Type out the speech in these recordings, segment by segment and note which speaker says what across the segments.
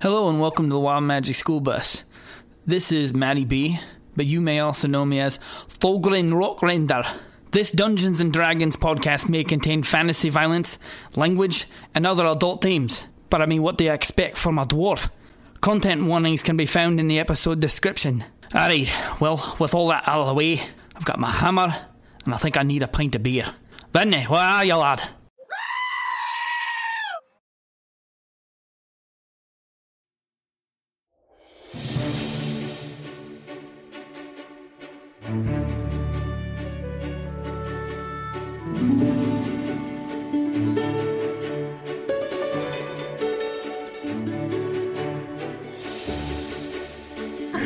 Speaker 1: Hello and welcome to the Wild Magic School Bus. This is Matty B, but you may also know me as Fulgrin Rockrinder. This Dungeons and Dragons podcast may contain fantasy violence, language, and other adult themes, but I mean, what do you expect from a dwarf? Content warnings can be found in the episode description. Alright, well, with all that out of the way, I've got my hammer, and I think I need a pint of beer. Vinny, where are you, lad?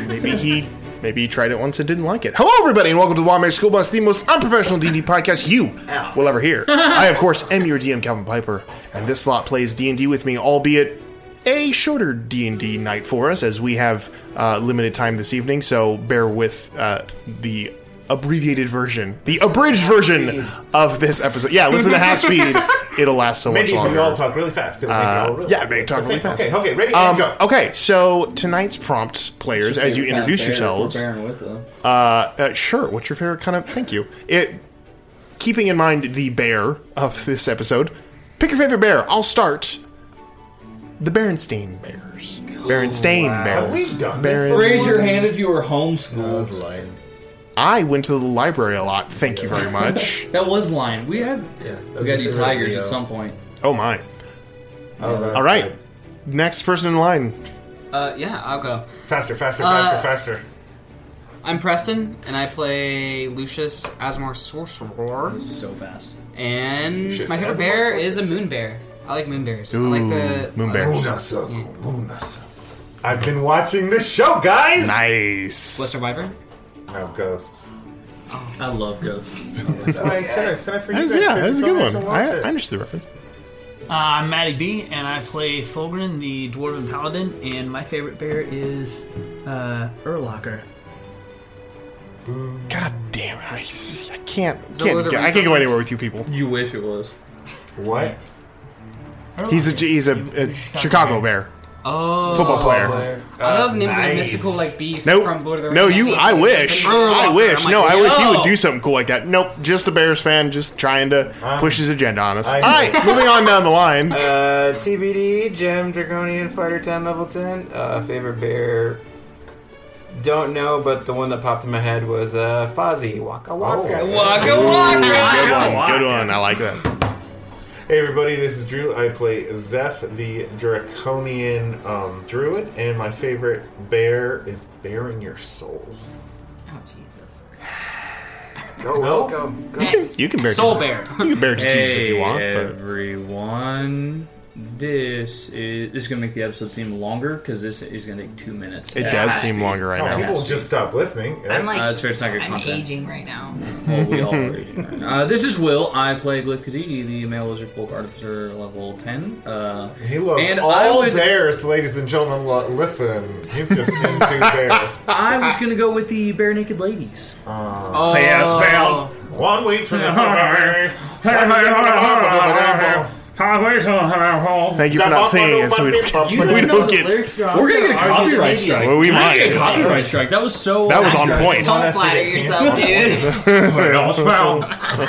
Speaker 2: Maybe he maybe he tried it once and didn't like it. Hello, everybody, and welcome to the Wildmare School Bus, the most unprofessional D&D podcast you will ever hear. I, of course, am your DM, Calvin Piper, and this slot plays D&D with me, albeit a shorter D&D night for us, as we have uh, limited time this evening, so bear with uh, the abbreviated version, the abridged version of this episode. Yeah, listen to half speed. It'll last so
Speaker 3: Maybe
Speaker 2: much
Speaker 3: if
Speaker 2: longer. Uh,
Speaker 3: we all talk really fast, it'll make it all really
Speaker 2: yeah, maybe talk really
Speaker 3: Okay,
Speaker 2: fast.
Speaker 3: Okay, okay, ready
Speaker 2: Um,
Speaker 3: and go.
Speaker 2: Okay, so tonight's prompt, players, as you introduce yourselves, uh, uh, sure. What's your favorite kind of? Thank you. It, keeping in mind the bear of this episode, pick your favorite bear. I'll start. The Berenstain Bears. Berenstain
Speaker 3: Have we
Speaker 2: Bears.
Speaker 3: done this
Speaker 2: Beren-
Speaker 3: before?
Speaker 4: Raise your hand if you were homeschooled.
Speaker 2: I went to the library a lot. Thank you very much.
Speaker 4: That was lion. We have we gotta do
Speaker 3: favorite
Speaker 4: tigers
Speaker 3: video.
Speaker 4: at some point.
Speaker 2: oh my!
Speaker 3: Oh, that's
Speaker 2: All right,
Speaker 3: good.
Speaker 2: next person in line.
Speaker 5: Uh, yeah, I'll go. Uh,
Speaker 3: Faster, faster, faster, faster.
Speaker 5: I'm Preston, and I play Lucius Asmore Sorcerer.
Speaker 4: So fast.
Speaker 5: And
Speaker 3: Lucius
Speaker 5: my favorite
Speaker 3: Asmore
Speaker 5: bear
Speaker 3: Sorcerer.
Speaker 5: is a moon bear. I like moon bears.
Speaker 2: Ooh,
Speaker 5: I like the Oh,
Speaker 2: moon
Speaker 5: I
Speaker 2: bear.
Speaker 5: like-
Speaker 3: Luna circle, Luna circle. I've been watching this show, guys.
Speaker 2: Nice.
Speaker 5: What's Survivor? Oh.
Speaker 3: No ghosts.
Speaker 4: I love ghosts.
Speaker 3: That's what I said. I said I forget.
Speaker 2: That's- yeah, that's a good one. I, I understood the reference.
Speaker 1: Uh, I'm Matty B, and I play Fulgrin, the Dwarven Paladin, and my favorite bear is uh, Urlocker.
Speaker 2: God damn it! I, I can't.
Speaker 5: The
Speaker 2: can't
Speaker 5: other
Speaker 2: go- I can't go
Speaker 5: reference.
Speaker 2: anywhere with you people.
Speaker 4: you wish it was.
Speaker 3: What?
Speaker 2: He's a he's a, a Chicago Bear
Speaker 5: Oh,
Speaker 2: football player.
Speaker 4: There.
Speaker 5: I
Speaker 3: oh,
Speaker 5: thought it was named like
Speaker 3: Nice.
Speaker 5: mystical like beast from Lord of the
Speaker 2: Nope.
Speaker 5: Rings.
Speaker 2: No, you.
Speaker 5: Like,
Speaker 2: I
Speaker 5: it's
Speaker 2: wish.
Speaker 5: like, Oh. "Urlacher."
Speaker 2: I wish.
Speaker 5: I'm
Speaker 2: No,
Speaker 5: like,
Speaker 2: I wish he
Speaker 5: "Yo."
Speaker 2: would do something cool like that. Nope. Just a Bears fan, just trying to push his agenda on us. All
Speaker 3: I-
Speaker 2: right, moving on down the line.
Speaker 6: Uh, TBD, Gem, Draconian, Fighter 10, level 10. Uh, favorite bear. Don't know, but the one that popped in my head was uh, Fozzie. Waka Waka.
Speaker 3: Oh.
Speaker 5: Waka
Speaker 2: Good
Speaker 5: waka.
Speaker 2: one. Good one. I like that.
Speaker 3: Hey everybody, this is Drew. I play Zeph, the draconian um, druid, and my favorite bear is bearing your soul.
Speaker 5: Oh Jesus.
Speaker 3: Go,
Speaker 6: Go,
Speaker 3: Will.
Speaker 6: go, go.
Speaker 5: Next,
Speaker 2: You can bear
Speaker 5: soul
Speaker 2: to-
Speaker 5: bear.
Speaker 2: You can bear to Jesus if you want, but
Speaker 4: everyone. This is this is gonna make the episode seem longer because this is gonna take two minutes.
Speaker 2: it does seem longer right
Speaker 3: Oh,
Speaker 2: now.
Speaker 3: people just stop listening.
Speaker 7: I'm like,
Speaker 4: Uh, it's fair, it's not good
Speaker 7: I'm
Speaker 4: content.
Speaker 7: aging right now.
Speaker 2: Oh.
Speaker 4: Well, we all are aging right now. Uh, this is Will. I play Glyph Kazidi, the male lizard folk artificer level ten. Uh,
Speaker 3: He loves
Speaker 4: And I
Speaker 3: all
Speaker 4: would-
Speaker 3: bears, ladies and gentlemen. Lo- listen, he's just into bears. Uh,
Speaker 4: I was gonna go with the bare naked ladies.
Speaker 5: Oh,
Speaker 3: One week from the
Speaker 2: Thank you for not singing it, so we don't
Speaker 3: You
Speaker 2: get. We
Speaker 4: don't know
Speaker 2: don't
Speaker 4: the
Speaker 2: get.
Speaker 4: lyrics, John. We're gonna get a
Speaker 2: Argue
Speaker 4: copyright
Speaker 2: with Canadians.
Speaker 4: strike.
Speaker 2: Well, we
Speaker 4: We're gonna
Speaker 2: might.
Speaker 4: get a copyright strike. That was so.
Speaker 2: That was on
Speaker 4: accurate.
Speaker 2: point. Oh
Speaker 5: Don't flatter yourself, dude.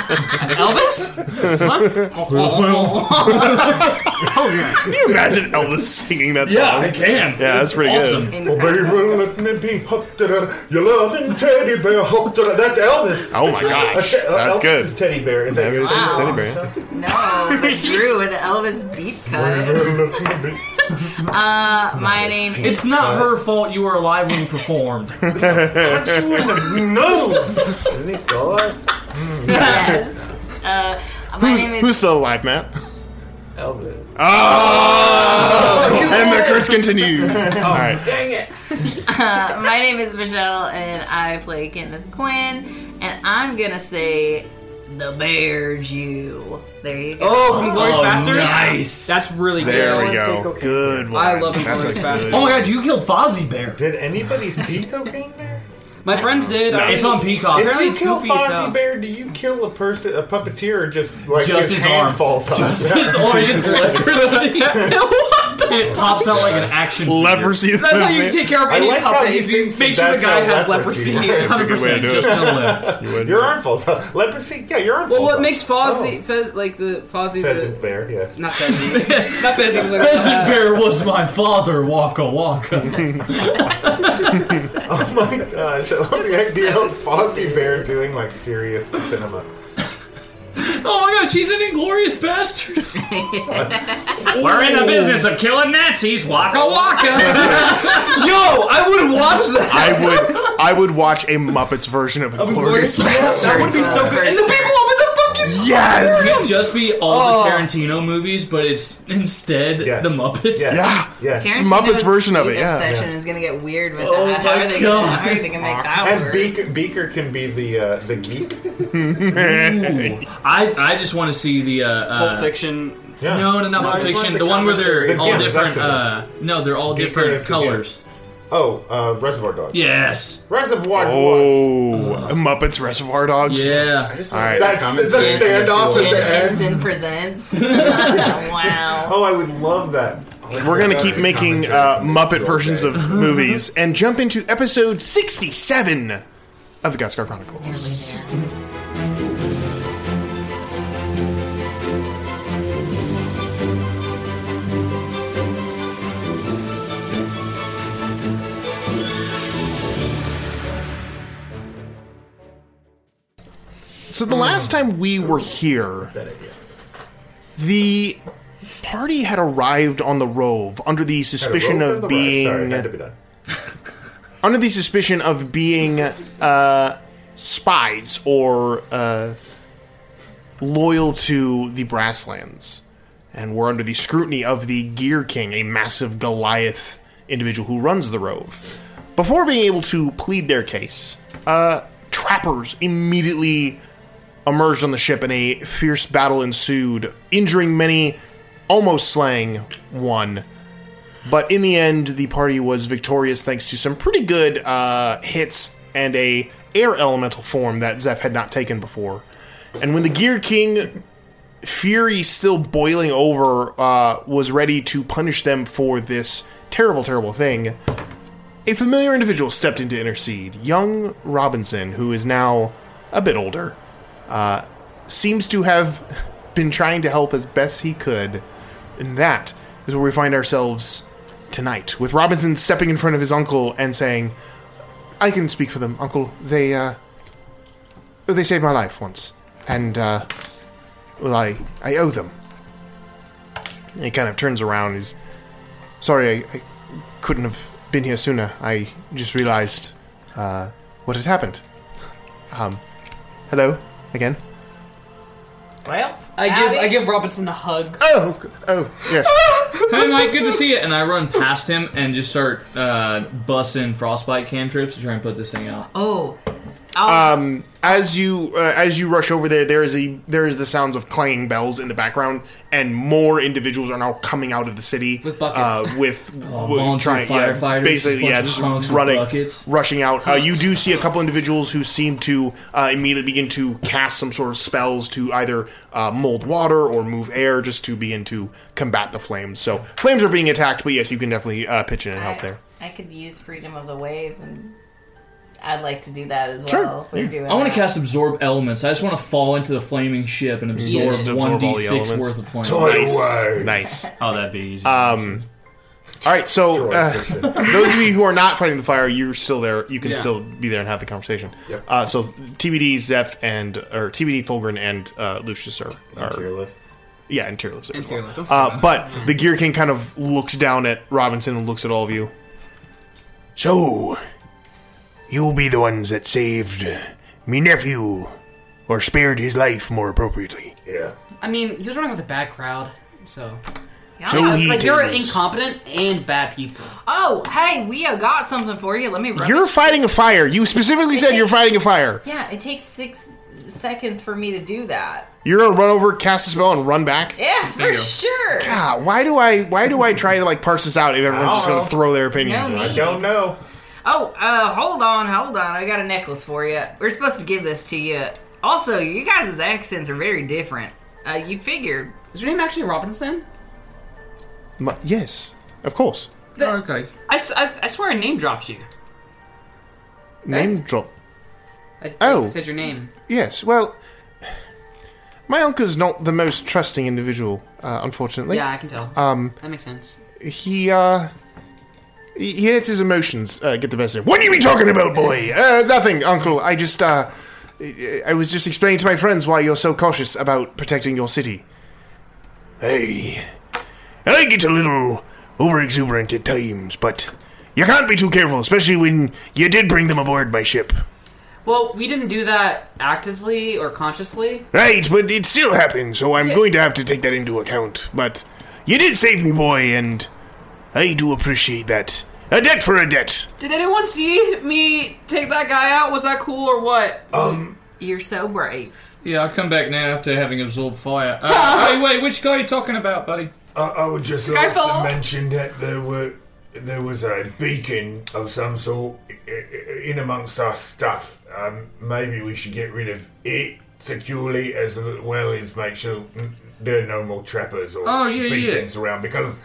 Speaker 5: Elvis?
Speaker 4: Oh.
Speaker 2: Can you imagine Elvis singing that
Speaker 4: Yeah,
Speaker 2: song?
Speaker 4: I can.
Speaker 2: Yeah, that's pretty
Speaker 4: awesome.
Speaker 2: good.
Speaker 3: Oh, baby, let me be hooked to the- your loving teddy bear. Hooked to the- That's Elvis.
Speaker 2: Oh my gosh,
Speaker 3: That's,
Speaker 2: that's
Speaker 3: Elvis
Speaker 2: good.
Speaker 3: Is teddy bear. Is that
Speaker 2: Maybe
Speaker 3: your
Speaker 2: it's just
Speaker 5: Wow.
Speaker 2: Teddy Bear.
Speaker 7: No, but Drew with the Elvis deep cut. Uh, my name is
Speaker 4: It's uh, not her fault you were alive when you performed.
Speaker 3: nose?
Speaker 6: Isn't he still alive?
Speaker 7: Yes. Uh, my name is
Speaker 2: Who's still alive, Matt?
Speaker 6: Elvis.
Speaker 2: Oh! and the curse continues.
Speaker 4: Oh.
Speaker 2: All right.
Speaker 7: Oh, uh, my name is Michelle, and I play Kenneth Quinn, and I'm gonna say the Bear Jew. There you go.
Speaker 5: Oh, from Glorious
Speaker 4: Oh,
Speaker 5: Bastards?
Speaker 4: nice.
Speaker 5: That's really good.
Speaker 2: There we
Speaker 6: one's
Speaker 2: go.
Speaker 6: single kick.
Speaker 2: Good one.
Speaker 5: I love
Speaker 2: That's a
Speaker 5: Glorious Bastards.
Speaker 2: good.
Speaker 4: oh my god, you killed Fozzie Bear.
Speaker 3: Did anybody see cocaine bear?
Speaker 5: My friends did. I
Speaker 4: It's
Speaker 5: mean,
Speaker 4: on Peacock.
Speaker 3: If
Speaker 5: Apparently
Speaker 3: you
Speaker 5: uh, it's
Speaker 3: kill
Speaker 5: goofy as hell.
Speaker 3: Fozzie Bear, do you kill a person, a puppeteer, or just like
Speaker 4: Just
Speaker 3: his,
Speaker 4: his
Speaker 3: hand
Speaker 4: arm.
Speaker 3: falls off?
Speaker 4: His orange leprosy. what the? It pops out like an action. figure.
Speaker 2: Leprosy.
Speaker 5: That's how you take care of
Speaker 3: I
Speaker 5: any
Speaker 3: like how
Speaker 5: puppet.
Speaker 3: he
Speaker 5: is you
Speaker 3: thinks
Speaker 5: make
Speaker 3: that
Speaker 5: sure the
Speaker 3: that's
Speaker 5: guy
Speaker 3: how
Speaker 5: has
Speaker 3: leprosy
Speaker 5: leprosy.
Speaker 3: works.
Speaker 4: 100%.
Speaker 2: way to do
Speaker 4: Just
Speaker 2: it.
Speaker 4: don't live.
Speaker 2: You wouldn't
Speaker 3: Your
Speaker 2: know.
Speaker 3: arm falls off. Leprosy? Yeah, your arm falls
Speaker 5: Well, what
Speaker 3: off.
Speaker 5: makes Fozzie, Fez, like the Fozzie,
Speaker 3: Pheasant
Speaker 5: the,
Speaker 3: Oh. bear, yes.
Speaker 5: not Fezzie, not Fezzie. look at
Speaker 4: Peasant
Speaker 5: that.
Speaker 4: Bear was my father, Waka Waka.
Speaker 3: Oh my gosh, I love the idea of Fozzie Bear doing like serious cinema.
Speaker 4: Oh my god, she's an inglorious bastards.
Speaker 1: We're in the business of killing Nazis. Waka waka.
Speaker 5: Yo, I would watch that.
Speaker 2: I would. I would watch a Muppets version of Glorious
Speaker 5: That would be so good. And the people up in the fucking
Speaker 4: It'd
Speaker 2: Yes.
Speaker 4: just be all
Speaker 5: Oh.
Speaker 4: the Tarantino movies, but it's instead
Speaker 3: Yes.
Speaker 4: the Muppets.
Speaker 3: Yes.
Speaker 2: Yeah.
Speaker 3: Yes.
Speaker 7: Tarantino's
Speaker 2: Muppets version of it,
Speaker 7: food
Speaker 2: yeah.
Speaker 7: Obsession is gonna get weird with
Speaker 4: Oh
Speaker 7: that. How
Speaker 4: my
Speaker 7: are they gonna,
Speaker 4: God.
Speaker 7: how are they gonna make that
Speaker 3: And
Speaker 7: work?
Speaker 3: Beaker, Beaker can be the uh, the geek.
Speaker 4: Ooh. I, I just want to see the uh,
Speaker 5: Pulp
Speaker 4: uh,
Speaker 5: Fiction.
Speaker 3: Yeah.
Speaker 4: No, no, not
Speaker 3: I
Speaker 4: Pulp
Speaker 3: just want
Speaker 4: Fiction. The one where
Speaker 3: commentary.
Speaker 4: they're
Speaker 3: The
Speaker 4: all
Speaker 3: Gimp,
Speaker 4: different.
Speaker 3: that's it.
Speaker 4: Uh, no, they're all
Speaker 3: Geek
Speaker 4: different
Speaker 3: Curtis, the Gimp.
Speaker 4: colors.
Speaker 3: Oh, uh, Reservoir Dogs.
Speaker 4: Yes.
Speaker 3: Reservoir Dogs.
Speaker 2: Oh, Muppets Reservoir Dogs.
Speaker 4: Yeah.
Speaker 6: just
Speaker 2: All right.
Speaker 3: That's the, the
Speaker 6: Commentary.
Speaker 3: standoff at the end.
Speaker 7: Henson presents. wow.
Speaker 3: Oh, I would love that.
Speaker 2: We're gonna keep making uh, Muppet versions of movies and jump into episode sixty-seven of the Gutscar Chronicles. So the last time we were here, the party had arrived on the Rove under the suspicion of
Speaker 3: Sorry,
Speaker 2: being
Speaker 3: had to be done.
Speaker 2: under the suspicion of being uh, spies or uh, loyal to the Brasslands, and were under the scrutiny of the Gear King, a massive Goliath individual who runs the Rove. Before being able to plead their case, uh, trappers immediately emerged on the ship, and a fierce battle ensued, injuring many, almost slaying one. But in the end, the party was victorious thanks to some pretty good uh, hits and a air elemental form that Zeph had not taken before. And when the Gear King, fury still boiling over, uh, was ready to punish them for this terrible, terrible thing, a familiar individual stepped in to intercede. Young Robinson, who is now a bit older, uh, seems to have been trying to help as best he could. And that is where we find ourselves tonight, with Robinson stepping in front of his uncle and saying, I can speak for them, uncle. They, uh, they saved my life once. And, uh, well, I, I owe them. And he kind of turns around. He's, sorry, I, I couldn't have been here sooner. I just realized, uh, what had happened. Um, hello again.
Speaker 7: Well,
Speaker 5: I give, I
Speaker 7: howdy.
Speaker 5: give Robinson a hug.
Speaker 2: Oh, g- oh, yes.
Speaker 4: Hey, Mike, good to see you. And I run past him and just start uh, bussing frostbite cantrips to try and put this thing out.
Speaker 7: Oh. Um.
Speaker 2: as you uh, as you rush over there, there is a there is the sounds of clanging bells in the background, and more individuals are now coming out of the city with
Speaker 4: buckets.
Speaker 2: uh, with,
Speaker 4: Oh,
Speaker 2: with
Speaker 4: volunteer
Speaker 2: yeah,
Speaker 4: firefighters,
Speaker 2: basically,
Speaker 4: bunch
Speaker 2: yeah,
Speaker 4: of
Speaker 2: just
Speaker 4: punks with
Speaker 2: running,
Speaker 4: buckets.
Speaker 2: rushing out. Uh, you do see a couple individuals who seem to uh, immediately begin to cast some sort of spells to either uh, mold water or move air, just to begin to combat the flames. So flames are being attacked, but yes, you can definitely uh, pitch in and help there.
Speaker 7: I could use Freedom of the Waves, and I'd like to do that as
Speaker 4: Sure.
Speaker 7: well. If we're doing
Speaker 4: I want to
Speaker 7: that.
Speaker 4: cast absorb elements. I just want to fall into the flaming ship and absorb
Speaker 2: Just absorb all
Speaker 4: one
Speaker 2: the
Speaker 4: d six
Speaker 2: elements.
Speaker 4: worth of flame.
Speaker 2: Toy away. Nice.
Speaker 4: Oh, that'd be easy.
Speaker 2: Um, all right, so uh, those of you who are not fighting the fire, you're still there. You can
Speaker 4: Yeah.
Speaker 2: still be there and have the conversation. Uh, so TBD, Zeph, and or TBD, Thulgrin, and uh, Lucius are. are yeah, and Tyrlif's there.
Speaker 5: And
Speaker 2: as well.
Speaker 5: Tyrlif. Don't
Speaker 2: Uh, but the Gear King kind of looks down at Robinson and looks at all of you. So,
Speaker 8: you'll be the ones that saved me nephew, or spared his life more appropriately.
Speaker 2: Yeah.
Speaker 5: I mean, he was running with a bad crowd, so.
Speaker 8: So
Speaker 5: like,
Speaker 2: E
Speaker 8: he
Speaker 5: like you're
Speaker 8: did.
Speaker 5: incompetent and bad people.
Speaker 7: Oh, hey, we have got something for you. Let me. Rub
Speaker 2: you're
Speaker 7: it.
Speaker 2: fighting a fire. You specifically said you're fighting a fire.
Speaker 7: Yeah, it takes six seconds for me to do that.
Speaker 2: You're gonna run over, cast a spell, and run back.
Speaker 7: Yeah, for
Speaker 2: There you go.
Speaker 7: sure.
Speaker 2: God, why do I why do I try to like parse this out if everyone's just gonna
Speaker 7: Oh.
Speaker 2: throw their opinions?
Speaker 7: No
Speaker 2: in?
Speaker 7: need. I don't
Speaker 2: know.
Speaker 7: Oh, uh, hold on, hold on. I got a necklace for you. We're supposed to give this to you. Also, you guys' accents are very different. Uh, you'd figure.
Speaker 5: Is your name actually Robinson?
Speaker 2: yes, of course.
Speaker 5: Oh, okay. I, s- I- I swear I name dropped you.
Speaker 7: Eh?
Speaker 2: Name drop.
Speaker 5: I
Speaker 2: Oh.
Speaker 5: said your name.
Speaker 2: Yes. Well, my uncle's not the most trusting individual, uh, unfortunately.
Speaker 5: Yeah, I can tell.
Speaker 2: Um,
Speaker 5: That makes sense.
Speaker 2: he uh, he he lets his emotions uh, get the best of him. What are you be talking about, boy? Uh, nothing, Uncle. I just uh, I- I was just explaining to my friends why you're so cautious about protecting your city.
Speaker 8: Hey, I get a little overexuberant at times, but you can't be too careful, especially when you did bring them aboard my ship.
Speaker 5: Well, we didn't do that actively or consciously.
Speaker 8: Right, but it still happened, so I'm
Speaker 5: Yeah.
Speaker 8: going to have to take that into account. But you did save me, boy, and I do appreciate that. A debt for a debt.
Speaker 5: Did anyone see me take that guy out? Was that cool or what?
Speaker 8: Um,
Speaker 7: You're so brave.
Speaker 4: yeah, I come back now after having absorbed fire. Uh, hey, wait, which guy are you talking about, buddy?
Speaker 9: I, I would just like to mention that there were there was a beacon of some sort i- i- in amongst our stuff. Um, maybe we should get rid of it securely as well as make sure mm, there are no more trappers or
Speaker 4: Oh, yeah, yeah.
Speaker 9: beacons around because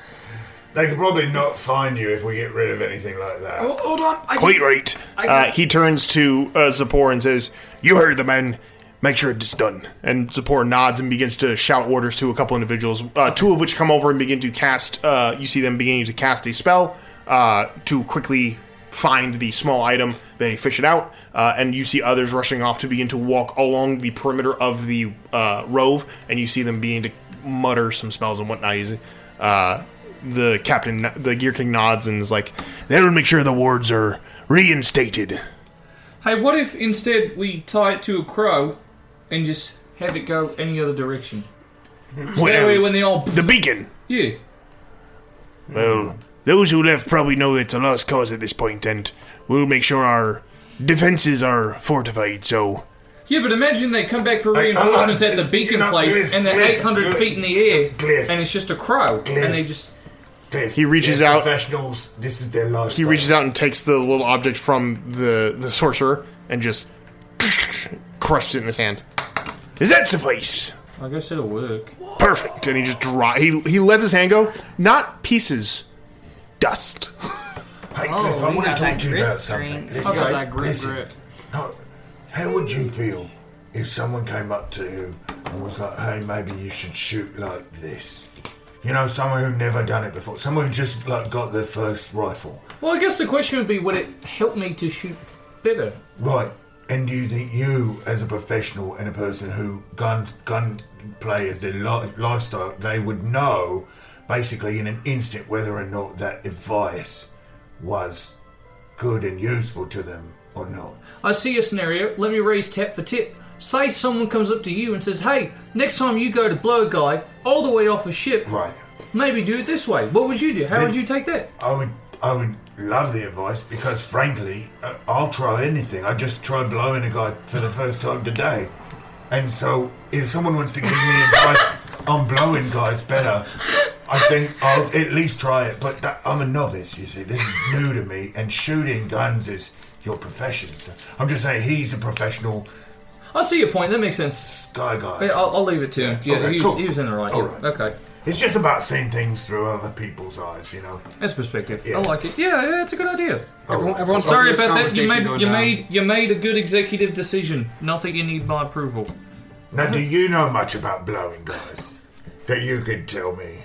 Speaker 9: they could probably not find you if we get rid of anything like that.
Speaker 4: Hold, Oh, hold on. I
Speaker 8: Quite right.
Speaker 4: I got-
Speaker 2: Uh, he turns to uh, Zippor and says, "You heard the man. Make sure it's done." And Zippor nods and begins to shout orders to a couple individuals, uh, two of which come over and begin to cast. Uh, you see them beginning to cast a spell uh, to quickly find the small item. They fish it out, uh, and you see others rushing off to begin to walk along the perimeter of the uh, rove, and you see them beginning to mutter some spells and whatnot. You see, Uh, the captain, the Gear King, nods and is like,
Speaker 8: That'll make sure the wards are reinstated.
Speaker 4: Hey, what if instead we tie it to a crow and just have it go any other direction? So that way when they all
Speaker 8: the beacon.
Speaker 4: yeah,
Speaker 8: Well, those who left probably know it's a lost cause at this point, and we'll make sure our defenses are fortified. So
Speaker 4: yeah, but imagine they come back for
Speaker 8: I- I-
Speaker 4: reinforcements
Speaker 8: I-
Speaker 4: at the beacon
Speaker 8: no,
Speaker 4: place
Speaker 8: Cliff,
Speaker 4: and they're
Speaker 8: Cliff,
Speaker 4: eight hundred
Speaker 8: Cliff,
Speaker 4: feet in the air
Speaker 9: Cliff.
Speaker 4: and it's just a crow and they just
Speaker 2: He reaches
Speaker 9: They're
Speaker 2: out.
Speaker 9: Professionals. This is their lifestyle.
Speaker 2: He reaches out and takes the little object from the the sorcerer and just crushes it in his hand. Does that suffice?
Speaker 4: I guess it'll work.
Speaker 2: Perfect. And he just draw. He he lets his hand go. Not pieces, dust.
Speaker 9: Hey,
Speaker 2: Oh,
Speaker 9: Cliff, I
Speaker 2: we
Speaker 9: want to
Speaker 2: got
Speaker 9: talk
Speaker 2: that
Speaker 9: to you
Speaker 2: grip
Speaker 9: about
Speaker 2: strength.
Speaker 9: something.
Speaker 2: We got that grip grip.
Speaker 9: No, how would you feel if someone came up to you and was like, hey, maybe you should shoot like this? You know, someone who never done it before. Someone who just like got their first rifle.
Speaker 4: Well, I guess the question would be, would it help me to shoot better?
Speaker 9: Right. And do you think you, as a professional and a person who guns gun play as their li- lifestyle, they would know basically in an instant whether or not that advice was good and useful to them or not?
Speaker 4: I see a scenario. Let me raise tap for tip. Say someone comes up to you and says, "Hey, next time you go to blow a guy all the way off a ship,
Speaker 9: Right.
Speaker 4: maybe do it this way." What would you do? How would you take that?
Speaker 9: I would I would love the advice because, frankly, uh, I'll try anything. I just tried blowing a guy for the first time today. And so, if someone wants to give me advice on blowing guys better, I think I'll at least try it. But that, I'm a novice, you see. This is new to me, and shooting guns is your profession. So I'm just saying he's a professional
Speaker 4: I see your point. That makes sense.
Speaker 9: guy guy.
Speaker 4: Yeah, I'll, I'll leave it to him. Yeah,
Speaker 9: Okay,
Speaker 4: he, was,
Speaker 9: cool.
Speaker 4: he was in the right.
Speaker 9: All
Speaker 4: yeah.
Speaker 9: right.
Speaker 4: Okay.
Speaker 9: It's just about seeing things through other people's eyes, you know.
Speaker 4: That's perspective.
Speaker 9: Yeah.
Speaker 4: I like it. Yeah, yeah, it's a good idea.
Speaker 9: Everyone-
Speaker 4: I'm
Speaker 9: everyone-
Speaker 4: sorry
Speaker 9: This
Speaker 4: about that. You
Speaker 9: conversation
Speaker 4: made
Speaker 9: going
Speaker 4: you
Speaker 9: down.
Speaker 4: made you made a good executive decision. Not that you need my approval.
Speaker 9: Now, do you know much about blowing guys that you could tell me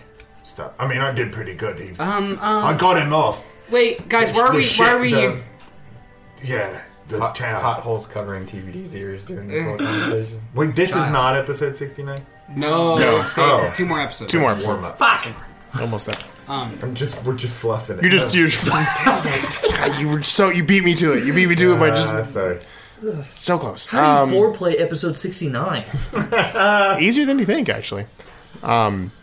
Speaker 9: stuff? I mean, I did pretty good. He,
Speaker 5: Um, um,
Speaker 9: I got him off.
Speaker 5: Wait, guys, where are
Speaker 9: The
Speaker 5: we?
Speaker 9: shit-
Speaker 5: Where are we?
Speaker 9: the-
Speaker 5: you-
Speaker 9: Yeah, the
Speaker 6: Hot,
Speaker 9: town.
Speaker 6: potholes covering TVD's ears during this whole
Speaker 5: Yeah.
Speaker 6: conversation.
Speaker 3: Wait, this is
Speaker 6: Child.
Speaker 3: not episode 69?
Speaker 5: No,
Speaker 6: No.
Speaker 5: save
Speaker 6: Oh.
Speaker 5: two more episodes.
Speaker 6: Two more episodes.
Speaker 5: Fuck.
Speaker 2: Almost that.
Speaker 5: Um,
Speaker 3: I'm just we're just fluffing it.
Speaker 2: You're just you're God, you were so you beat me to it. You beat me to it by
Speaker 3: Ah,
Speaker 2: just
Speaker 3: sorry.
Speaker 2: so close.
Speaker 4: How do you
Speaker 2: Um,
Speaker 4: foreplay episode sixty nine?
Speaker 2: easier than you think, actually. Um,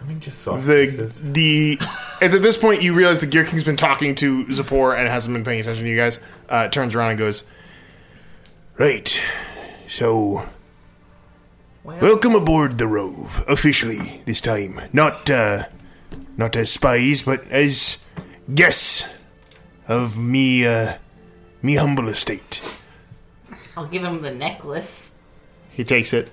Speaker 3: I mean, just soft
Speaker 2: the the as at this point you realize the Gear King's been talking to Zippor and hasn't been paying attention to you guys. Uh, turns around and goes,
Speaker 8: Right. So, welcome aboard the Rove officially this time. Not uh, not as spies, but as guests of me uh, me humble estate.
Speaker 7: I'll give him the necklace.
Speaker 2: He takes it.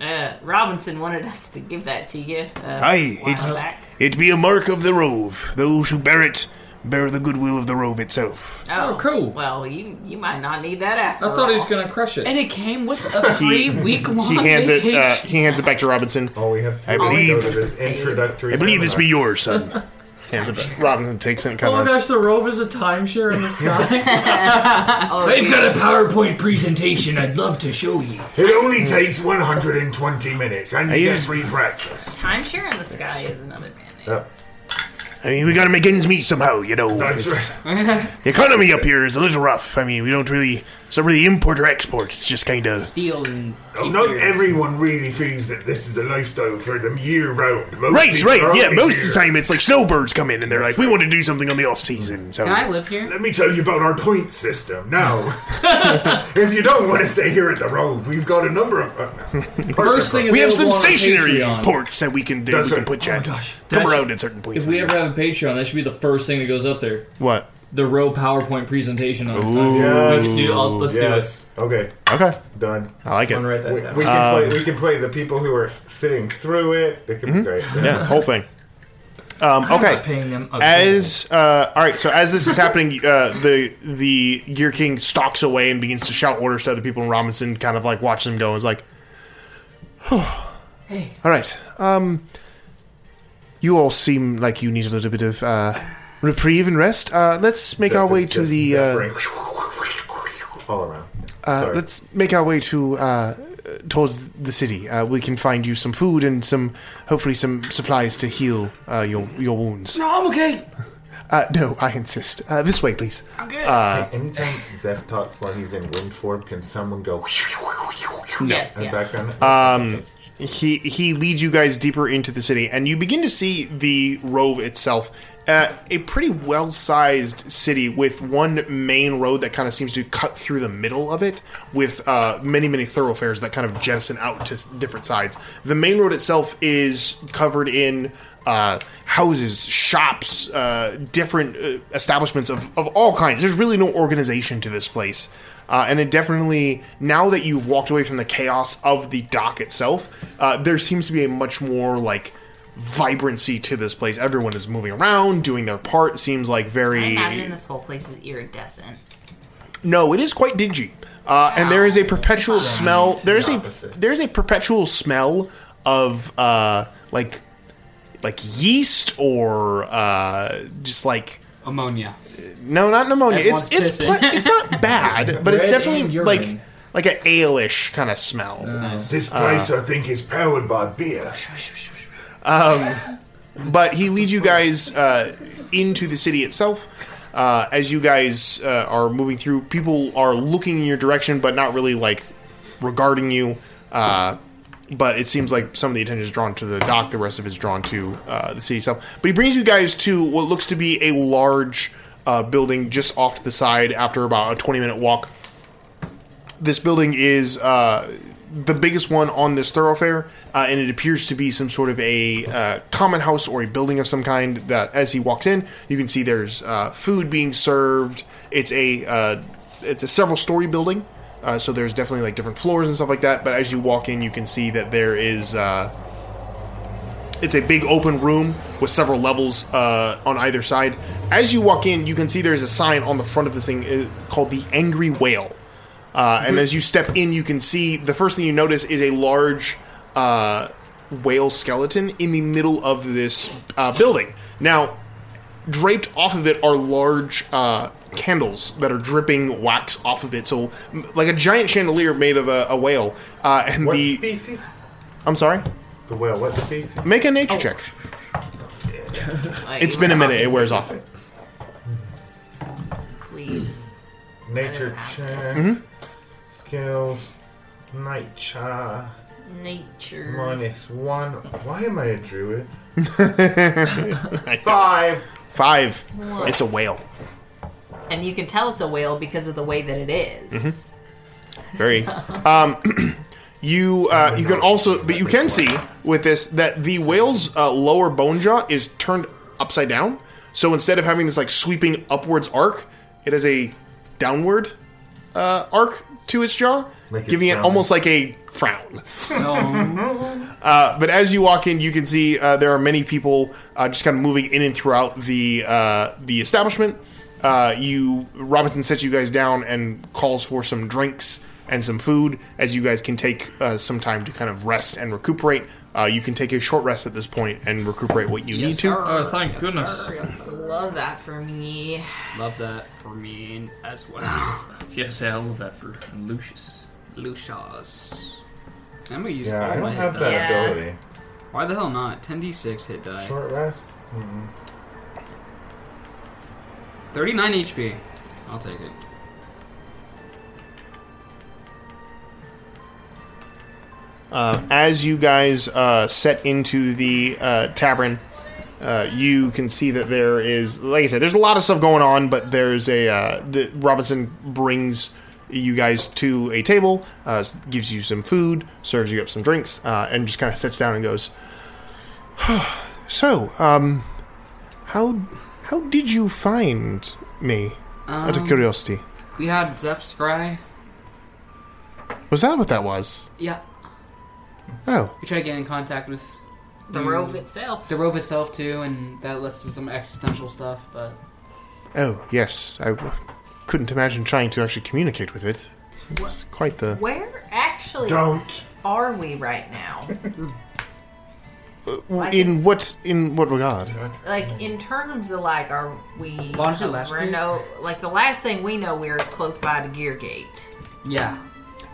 Speaker 7: Uh, Robinson wanted us to give that to you. Uh,
Speaker 8: Aye,
Speaker 7: a while
Speaker 8: it,
Speaker 7: back.
Speaker 8: it be a mark of the Rove. Those who bear it bear the goodwill of the Rove itself.
Speaker 7: Oh, cool. Well, you you might not need that after.
Speaker 8: I thought he
Speaker 7: all.
Speaker 8: was gonna crush it.
Speaker 7: And it came with a free week long.
Speaker 2: He hands it. Uh,
Speaker 7: vacation.
Speaker 2: he hands it back to Robinson.
Speaker 3: Oh, we have.
Speaker 2: I
Speaker 3: go
Speaker 2: believe
Speaker 3: to this introductory
Speaker 2: I believe this be
Speaker 3: seminar.
Speaker 2: yours, son. hands it back. Robinson takes it and
Speaker 4: Oh my
Speaker 2: comments.
Speaker 4: gosh, the rover's a timeshare in the sky.
Speaker 7: Oh,
Speaker 4: They've got a PowerPoint
Speaker 9: presentation I'd love to show you. It only takes 120 minutes, and
Speaker 8: I
Speaker 9: you get
Speaker 8: used-
Speaker 9: free breakfast.
Speaker 7: Timeshare in the sky is another man.
Speaker 8: I mean, we gotta make ends meet somehow, you know. It's- The economy up here is a little rough. I mean, we don't really, it's not really import or export. It's just kind of
Speaker 5: steel and.
Speaker 9: No, not everyone really feels that this is a lifestyle for them year round. Most
Speaker 8: Right,
Speaker 9: people are
Speaker 8: right, yeah.
Speaker 9: only
Speaker 8: Most of
Speaker 9: here.
Speaker 8: the time, it's like snowbirds come in and they're like, "We want to do something on the off season." So
Speaker 7: live here?
Speaker 9: Let me tell you about our point system. Now, if you don't want to stay here at the road, we've got a number of. Uh,
Speaker 4: First thing
Speaker 8: we have some
Speaker 4: available on
Speaker 8: stationary
Speaker 4: Patreon.
Speaker 8: ports that we can do.
Speaker 4: That's
Speaker 8: we can
Speaker 4: right.
Speaker 8: put you
Speaker 4: Oh my
Speaker 8: at.
Speaker 4: gosh.
Speaker 8: Come
Speaker 4: That's-
Speaker 8: around at certain points.
Speaker 4: If we ever have a Patreon, that should be the first thing that goes up there.
Speaker 2: What?
Speaker 4: The row PowerPoint presentation on this
Speaker 2: Ooh.
Speaker 4: time.
Speaker 2: Yes.
Speaker 4: Let's do. I'll, let's
Speaker 3: Yes.
Speaker 4: do
Speaker 3: Okay.
Speaker 2: Okay.
Speaker 3: Done.
Speaker 2: I like it. Um,
Speaker 3: We, we
Speaker 8: Uh,
Speaker 3: can play. We can play the people who are sitting through it. It can
Speaker 8: mm-hmm.
Speaker 3: be great.
Speaker 2: mm-hmm. Yeah, this whole thing. Um,
Speaker 3: I'm
Speaker 2: okay.
Speaker 3: not paying them a
Speaker 2: as uh, all right, so as this is happening, uh, the the Gear King stalks away and begins to shout orders to other people, and Robinson kind of like watches him go. and Is like,
Speaker 7: Hey.
Speaker 2: all right, um, you all seem like you need a little bit of uh, reprieve and rest. Uh, let's make our way to the. Uh,
Speaker 3: all around.
Speaker 2: uh,
Speaker 3: Sorry.
Speaker 2: let's make our way to uh, towards the city. Uh, we can find you some food and some, hopefully, some supplies to heal uh, your your wounds.
Speaker 4: No, I'm okay.
Speaker 2: Uh, no, I insist. Uh, this way, please.
Speaker 4: I'm
Speaker 2: good. Uh,
Speaker 3: Hey, anytime Zeph talks while he's in wind form, can someone go?
Speaker 2: Yes,
Speaker 3: in the
Speaker 2: yeah.
Speaker 3: Background.
Speaker 2: Um, he he leads you guys deeper into the city, and you begin to see the Rove itself, uh, a pretty well-sized city with one main road that kind of seems to cut through the middle of it, with uh, many many thoroughfares that kind of jettison out to s- different sides. The main road itself is covered in. Uh, houses, shops, uh, different uh, establishments of, of all kinds. There's really no organization to this place. Uh, and it definitely, now that you've walked away from the chaos of the dock itself, uh, there seems to be a much more like vibrancy to this place. Everyone is moving around, doing their part. Seems like
Speaker 7: I
Speaker 2: very
Speaker 7: imagine this whole place is iridescent.
Speaker 2: no, it is quite dingy, uh, and there is a perpetual smell. There's a there's a perpetual smell of uh, like like yeast or uh, just like
Speaker 5: ammonia.
Speaker 2: No, not pneumonia.
Speaker 5: Everyone's
Speaker 2: it's it's
Speaker 5: pissing.
Speaker 2: pla- it's not bad, but it's
Speaker 9: Red
Speaker 2: definitely
Speaker 9: and urine.
Speaker 2: like like an aleish kind of smell.
Speaker 9: This
Speaker 2: Uh,
Speaker 9: place, I think, is powered by beer.
Speaker 2: Um, but he leads you guys uh, into the city itself. Uh, as you guys uh, are moving through, people are looking in your direction, but not really like regarding you. Uh, but it seems like some of the attention is drawn to the dock, the rest of it is drawn to uh, the city itself. But he brings you guys to what looks to be a large uh, building just off to the side after about a 20 minute walk. This building is uh, the biggest one on this thoroughfare, uh, and it appears to be some sort of a uh, common house or a building of some kind. That as he walks in, you can see there's uh, food being served. It's a uh, it's a several story building, uh, so there's definitely like different floors and stuff like that. But as you walk in, you can see that there is. Uh, it's a big open room with several levels uh, on either side. As you walk in, you can see there's a sign on the front of this thing uh, called the Angry Whale. Uh, and as you step in, you can see the first thing you notice is a large uh, whale skeleton in the middle of this uh, building. Now, draped off of it are large uh, candles that are dripping wax off of it. So, m- like a giant chandelier made of a, a whale. Uh, and
Speaker 3: What
Speaker 2: the
Speaker 3: species?
Speaker 2: I'm sorry.
Speaker 3: The whale. What species?
Speaker 2: Make a nature check. It's been a minute. It wears off.
Speaker 7: Please.
Speaker 3: Nature check.
Speaker 2: Mhm.
Speaker 3: Skills. Nature.
Speaker 7: Nature.
Speaker 3: Minus one. Why am I a druid?
Speaker 2: Five. Five.
Speaker 7: What?
Speaker 2: It's a whale.
Speaker 7: And you can tell it's a whale because of the way that it is. Mhm.
Speaker 2: Mm-hmm. Very. Um, you uh, you can also, but you can see with this that the whale's uh, lower bone jaw is turned upside down. So instead of having this like sweeping upwards arc, it has a downward uh, arc to its jaw,
Speaker 3: Make it
Speaker 2: giving it
Speaker 3: frown.
Speaker 2: almost like a frown. Uh, but as you walk in, you can see uh, there are many people uh, just kind of moving in and throughout the uh, the establishment. Uh, you Robinson sets you guys down and calls for some drinks and some food as you guys can take uh, some time to kind of rest and recuperate. Uh, you can take a short rest at this point and recuperate what you need to.
Speaker 4: Oh, thank goodness.
Speaker 7: Love that for me.
Speaker 5: Love that for me as well.
Speaker 4: Yes, I love that for Lucius.
Speaker 5: Lucius. I'm gonna use
Speaker 3: Yeah,
Speaker 5: all
Speaker 3: I
Speaker 5: my
Speaker 3: don't
Speaker 5: hit
Speaker 3: have that
Speaker 5: die.
Speaker 3: ability.
Speaker 5: Why the hell not? 10d6 hit die.
Speaker 3: Short rest. Mm-hmm.
Speaker 5: 39 HP. I'll take it.
Speaker 2: Uh, as you guys uh, set into the uh, tavern, uh, you can see that there is, like I said, there's a lot of stuff going on, but there's a uh, the, Robinson brings you guys to a table, uh, s- gives you some food, serves you up some drinks, uh, and just kind of sits down and goes, "So, um, how how did you find me? out of
Speaker 5: Um,
Speaker 2: curiosity,
Speaker 5: We had Zeph Scry.
Speaker 2: was that what that was?
Speaker 5: Yeah.
Speaker 2: Oh,
Speaker 5: We tried to get in contact with
Speaker 7: The
Speaker 5: you-
Speaker 7: rove itself.
Speaker 5: The rope itself too, and that led to some existential stuff. But
Speaker 2: oh, yes, I." w- Couldn't imagine trying to actually communicate with it. It's quite the.
Speaker 7: Where actually
Speaker 2: Don't.
Speaker 7: are we right now?
Speaker 2: In what in what regard?
Speaker 7: like in terms of like are we
Speaker 5: Launched it last
Speaker 7: we're
Speaker 5: year?
Speaker 7: no like the last thing we know we're close by to Gear Gate.
Speaker 5: yeah,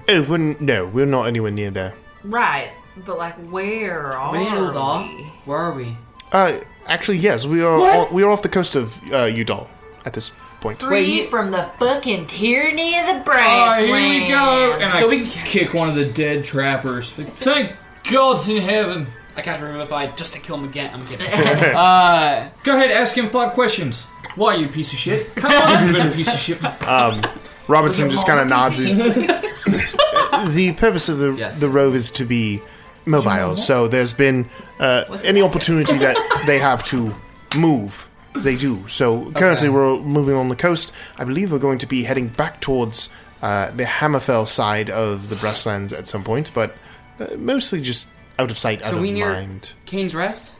Speaker 2: Oh, we're, n- no, we're not anywhere near there.
Speaker 7: Right. But like where are
Speaker 5: Randall Dahl?
Speaker 7: we?
Speaker 5: Where are we?
Speaker 2: Uh, actually, yes, we are.
Speaker 7: What?
Speaker 2: we are off the coast of uh, Udall at this point.
Speaker 7: Free from the fucking tyranny of the brass.
Speaker 4: Oh, here we go.
Speaker 7: land.
Speaker 4: And I
Speaker 5: So we-
Speaker 4: kick one of the dead trappers. Like, Thank God's in heaven.
Speaker 5: I can't remember if I just to kill him again. I'm kidding.
Speaker 4: uh, go ahead, ask him five questions. Why you piece of shit? Come on, you little piece of shit.
Speaker 2: Um, Robinson just kind of nods. His, the purpose of the the rove is to be mobile, so there's been uh, any opportunity that they have to move, they do. So currently, we're moving on the coast. I believe we're going to be heading back towards uh, the Hammerfell side of the Brushlands at some point, but uh, mostly just out of sight, out
Speaker 5: so
Speaker 2: of
Speaker 5: we near
Speaker 2: mind.
Speaker 5: Kane's Rest.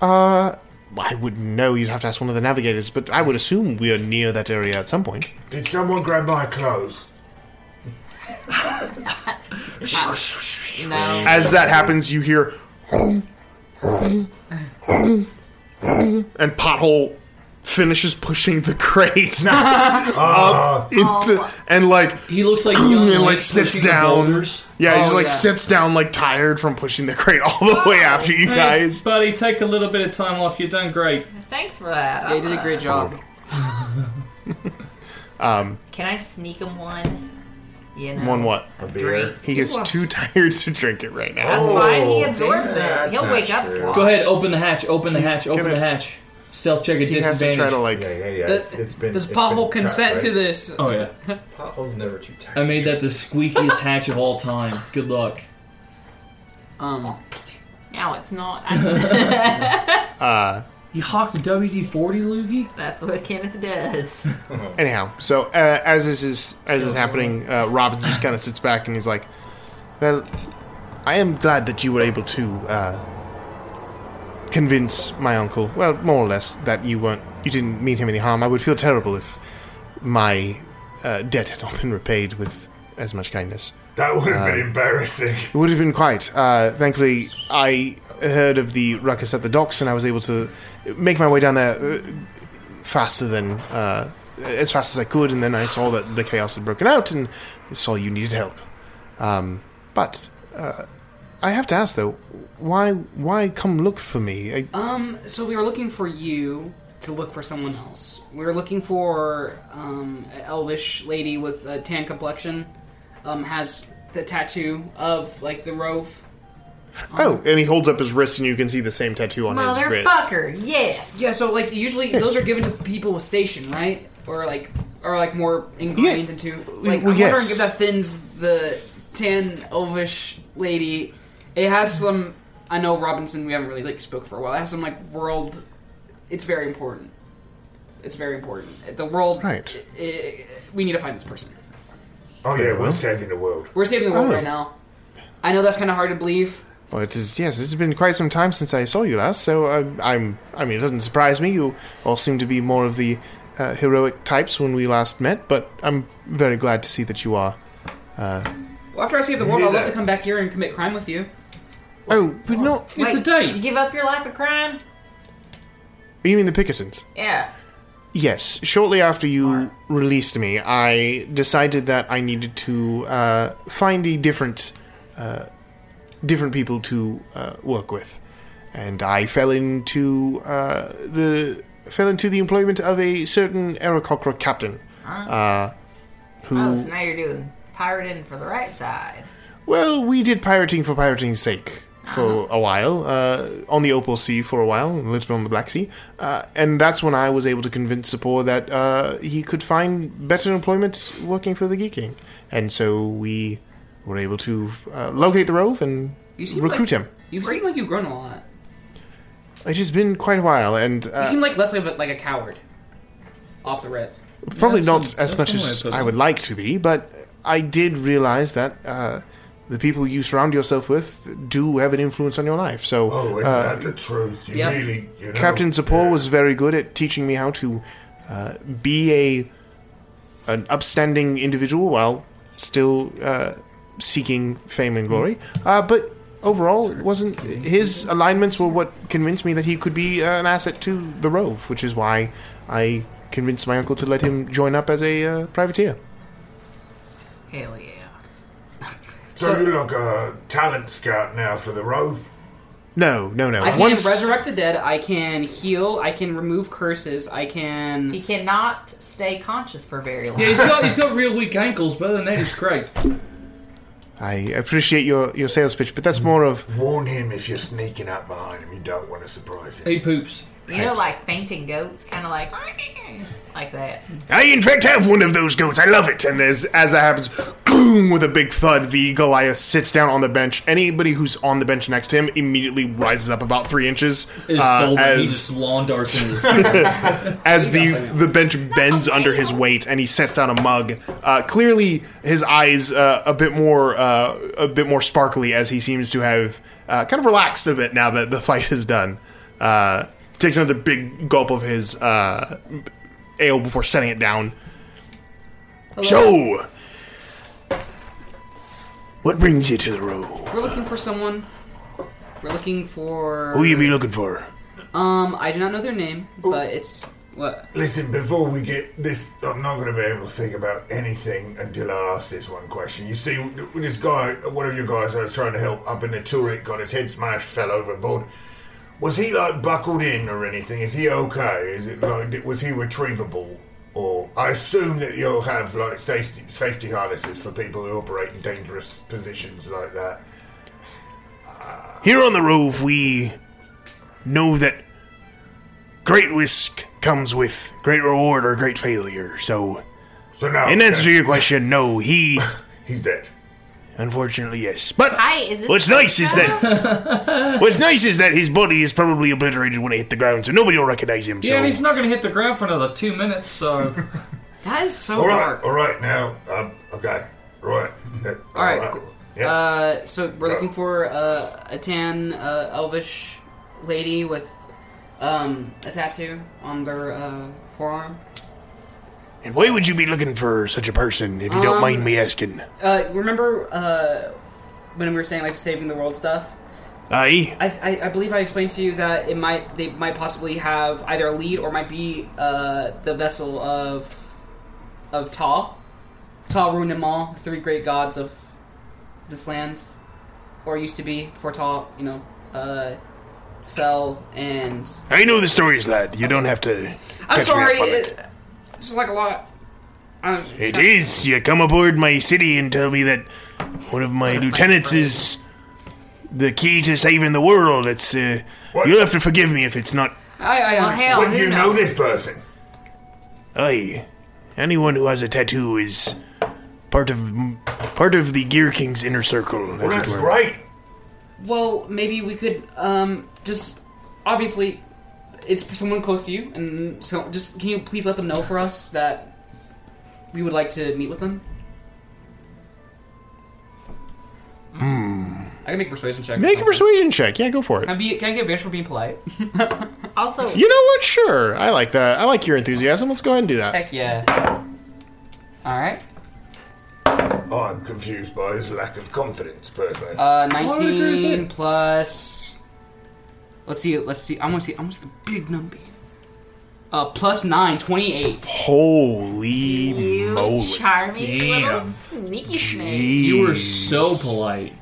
Speaker 2: Uh, I wouldn't know. You'd have to ask one of the navigators, but I would assume we are near that area at some point.
Speaker 9: Did someone grab my clothes?
Speaker 2: As that happens, you hear and pothole finishes pushing the crate
Speaker 7: Ah.
Speaker 2: up
Speaker 7: Oh,
Speaker 2: into and like
Speaker 4: he looks like young
Speaker 2: and like
Speaker 4: Link
Speaker 2: sits
Speaker 4: pushing the
Speaker 2: down.
Speaker 4: boulders.
Speaker 2: Yeah, he
Speaker 4: Oh,
Speaker 2: just like
Speaker 4: yeah.
Speaker 2: sits down like tired from pushing the crate all the way after you
Speaker 4: Hey,
Speaker 2: guys.
Speaker 4: buddy, take a little bit of time off. You've done great.
Speaker 7: Thanks for that.
Speaker 5: Yeah, you did a great job.
Speaker 2: Um,
Speaker 7: Can I sneak him one? You know.
Speaker 2: one what?
Speaker 7: A beer. Drink.
Speaker 2: He is
Speaker 7: Just one.
Speaker 2: too tired to drink it right now.
Speaker 7: That's fine. He absorbs
Speaker 4: damn,
Speaker 7: it. He'll wake up. slow.
Speaker 4: Go ahead, open the hatch. Open the
Speaker 2: He's
Speaker 4: hatch. Open
Speaker 2: gonna-
Speaker 4: the hatch. Stealth check at
Speaker 2: He has
Speaker 4: disadvantage.
Speaker 2: to try to, like-
Speaker 3: Yeah, yeah, yeah.
Speaker 4: That-
Speaker 3: it's, it's been.
Speaker 5: Does
Speaker 3: it's
Speaker 5: Pothole
Speaker 3: been tough,
Speaker 5: consent
Speaker 3: right?
Speaker 5: to this?
Speaker 4: Oh yeah.
Speaker 6: Pothole's never too tight.
Speaker 4: I made that the squeakiest hatch of all time. Good luck.
Speaker 5: Um.
Speaker 7: Now it's not.
Speaker 2: Uh,
Speaker 4: You hawked a WD forty, Loogie.
Speaker 7: That's what Kenneth does.
Speaker 9: Oh.
Speaker 2: Anyhow, so uh, as this is as this is happening, uh, Robin just kind of sits back and he's like, "Well, I am glad that you were able to uh, convince my uncle. Well, more or less, that you weren't you didn't mean him any harm. I would feel terrible if my uh, debt had not been repaid with as much kindness.
Speaker 9: That would have been
Speaker 2: Um,
Speaker 9: embarrassing.
Speaker 2: It would have been quite. Uh, thankfully, I heard of the ruckus at the docks, and I was able to make my way down there uh, faster than uh, as fast as I could. And then I saw that the chaos had broken out, and saw you needed help. Um, but uh, I have to ask, though, why why come look for me? I,
Speaker 5: Um, so we were looking for you to look for someone else. We were looking for um, an elvish lady with a tan complexion, um, has the tattoo of like the rove.
Speaker 2: oh, and he holds up his wrist, and you can see the same tattoo on his wrist.
Speaker 7: yes.
Speaker 5: Yeah, so like usually
Speaker 2: Yes.
Speaker 5: those are given to people with station, right? Or like are like more ingrained into like
Speaker 2: well,
Speaker 5: I'm
Speaker 2: yes.
Speaker 5: wondering if that thins the tan elvish lady. It has some I know Robinson we haven't really like spoke for a while. It has some like world it's very important. It's very important. The world
Speaker 2: Right.
Speaker 5: i- i- we need to find this person.
Speaker 9: Oh
Speaker 2: Very
Speaker 9: yeah, we're
Speaker 2: well.
Speaker 9: saving the world.
Speaker 5: We're saving the world
Speaker 2: Oh.
Speaker 5: right now. I know that's kind of hard to believe.
Speaker 2: Well, it is. Yes, it's been quite some time since I saw you last, so I'm. I'm I mean, it doesn't surprise me. You all seem to be more of the uh, heroic types when we last met, but I'm very glad to see that you are. Uh,
Speaker 5: Well, after I save the world, I'd love to come back here and commit crime with you.
Speaker 2: oh, but not.
Speaker 7: Wait, Did you give up your life of crime?
Speaker 2: You mean the Pickertons?
Speaker 7: Yeah.
Speaker 2: Yes. Shortly after you released me, I decided that I needed to uh, find a different, uh, different people to uh, work with, and I fell into uh, the fell into the employment of a certain Aarakocra captain, uh, who.
Speaker 7: Oh, so now you're doing pirating for the right side.
Speaker 2: Well, we did pirating for pirating's sake for
Speaker 5: Ah.
Speaker 2: a while, uh, on the Opal Sea for a while, a little bit on the Black Sea, uh, and that's when I was able to convince Sapor that uh, he could find better employment working for the Geek King, and so we were able to uh, locate the Rove and
Speaker 5: You seem
Speaker 2: recruit
Speaker 5: like,
Speaker 2: him.
Speaker 5: You seem like you've grown a lot.
Speaker 2: It has been quite a while, and
Speaker 5: You
Speaker 2: uh,
Speaker 5: seem like less of a, like a coward. Off the rip.
Speaker 2: probably not as much as I would like to be, but I did realize that uh, the people you surround yourself with do have an influence on your life. So,
Speaker 9: Oh, isn't
Speaker 2: uh,
Speaker 9: that the truth? You
Speaker 5: Yeah.
Speaker 9: really, you know.
Speaker 2: Captain Zapor was very good at teaching me how to uh, be a an upstanding individual while still uh, seeking fame and glory.
Speaker 9: Mm-hmm.
Speaker 2: Uh, but overall, it wasn't his alignments were what convinced me that he could be uh, an asset to the Rove, which is why I convinced my uncle to let him join up as a uh, privateer.
Speaker 7: Hell yeah.
Speaker 9: So, you're like a talent scout now for the road.
Speaker 2: No, no, no.
Speaker 5: I can
Speaker 2: Once-
Speaker 5: resurrect the dead. I can heal. I can remove curses. I can.
Speaker 7: He cannot stay conscious for very long.
Speaker 4: Yeah, he's got he's got real weak ankles, but other than that, he's great.
Speaker 2: I appreciate your, your sales pitch, but that's more of
Speaker 9: Warn him if you're sneaking up behind him. You don't want to surprise him.
Speaker 4: He poops.
Speaker 7: You know, like fainting goats, kind of like like that.
Speaker 2: I in fact have one of those goats. I love it. And as as that happens, boom! With a big thud, the Goliath sits down on the bench. Anybody who's on the bench next to him immediately rises up about three inches
Speaker 4: Is
Speaker 2: uh,
Speaker 4: folded. he just
Speaker 2: as
Speaker 4: lawn darts in his.
Speaker 2: as the the bench bends under his weight, and he sets down a mug. Uh, clearly, his eyes uh, a bit more uh, a bit more sparkly as he seems to have uh, kind of relaxed a bit now that the fight is done. Uh, takes another big gulp of his uh, ale before setting it down. So, what brings you to the road?
Speaker 5: We're looking for someone. We're looking for.
Speaker 2: Who you be looking for?
Speaker 5: Um, I do not know their name, but it's what.
Speaker 9: Listen, before we get this, I'm not going to be able to think about anything until I ask this one question. You see, this guy, one of you guys that was trying to help up in the turret, got his head smashed, fell overboard. Was he like buckled in or anything? Is he okay? Is it like was he retrievable? Or I assume that you'll have like safety safety harnesses for people who operate in dangerous positions like that.
Speaker 2: Here on the Rove, we know that great risk comes with great reward or great failure. So,
Speaker 9: so no,
Speaker 2: in answer to your question, no, he
Speaker 9: he's dead.
Speaker 2: Unfortunately, yes. But
Speaker 7: Hi, is this
Speaker 2: what's nice is that what's nice is that his body is probably obliterated when it hit the ground, so nobody will recognize him. So.
Speaker 4: Yeah, and he's not going to hit the ground for another two minutes, so.
Speaker 5: that is so
Speaker 9: all right, all right now. Um, okay, right. Uh,
Speaker 5: All right. cool. Uh, so we're looking for uh, a tan uh, elvish lady with um, a tattoo on their uh, forearm.
Speaker 2: And why would you be looking for such a person if you don't
Speaker 5: Um,
Speaker 2: mind me asking?
Speaker 5: Uh, remember uh, when we were saying like saving the world stuff?
Speaker 2: Aye.
Speaker 5: I, I, I believe I explained to you that it might they might possibly have either a lead or might be uh, the vessel of of Ta, Ta Ru Namal, the three great gods of this land, or used to be before Ta, you know, uh, fell and.
Speaker 2: I know the stories, lad. You don't have to. catch
Speaker 5: I'm
Speaker 2: me
Speaker 5: sorry,
Speaker 2: up on
Speaker 5: it, it's like a lot. I'm,
Speaker 2: It is. You come aboard my city and tell me that one of my lieutenants is the key to saving the world. It's uh, you'll have to forgive me if it's not.
Speaker 5: I, I
Speaker 7: well, hell,
Speaker 9: when
Speaker 7: who
Speaker 9: you know
Speaker 7: knows?
Speaker 9: this person,
Speaker 2: I. Anyone who has a tattoo is part of part of the Gear King's inner circle. As
Speaker 9: that's
Speaker 2: it were.
Speaker 9: great.
Speaker 5: Well, maybe we could um, just obviously it's for someone close to you, and so just can you please let them know for us that we would like to meet with them?
Speaker 2: Hmm.
Speaker 5: I can make a persuasion check. or
Speaker 10: Make a
Speaker 5: something.
Speaker 10: persuasion check. Yeah, go for
Speaker 5: Can I,
Speaker 10: it.
Speaker 5: be, can I get advantage for being polite?
Speaker 7: also,
Speaker 10: You know what? Sure. I like that. I like your enthusiasm. Let's go ahead and do that.
Speaker 5: heck yeah. All right,
Speaker 9: Oh, I'm confused by his lack of confidence, personally.
Speaker 5: uh,
Speaker 9: I would agree with
Speaker 5: nineteen plus. Let's see. Let's see. I want to see. I want to see the big number. Uh, plus nine, 28.
Speaker 10: Holy
Speaker 7: you
Speaker 5: moly.
Speaker 7: charming little
Speaker 5: Damn.
Speaker 7: sneaky snake.
Speaker 10: You were
Speaker 4: so polite.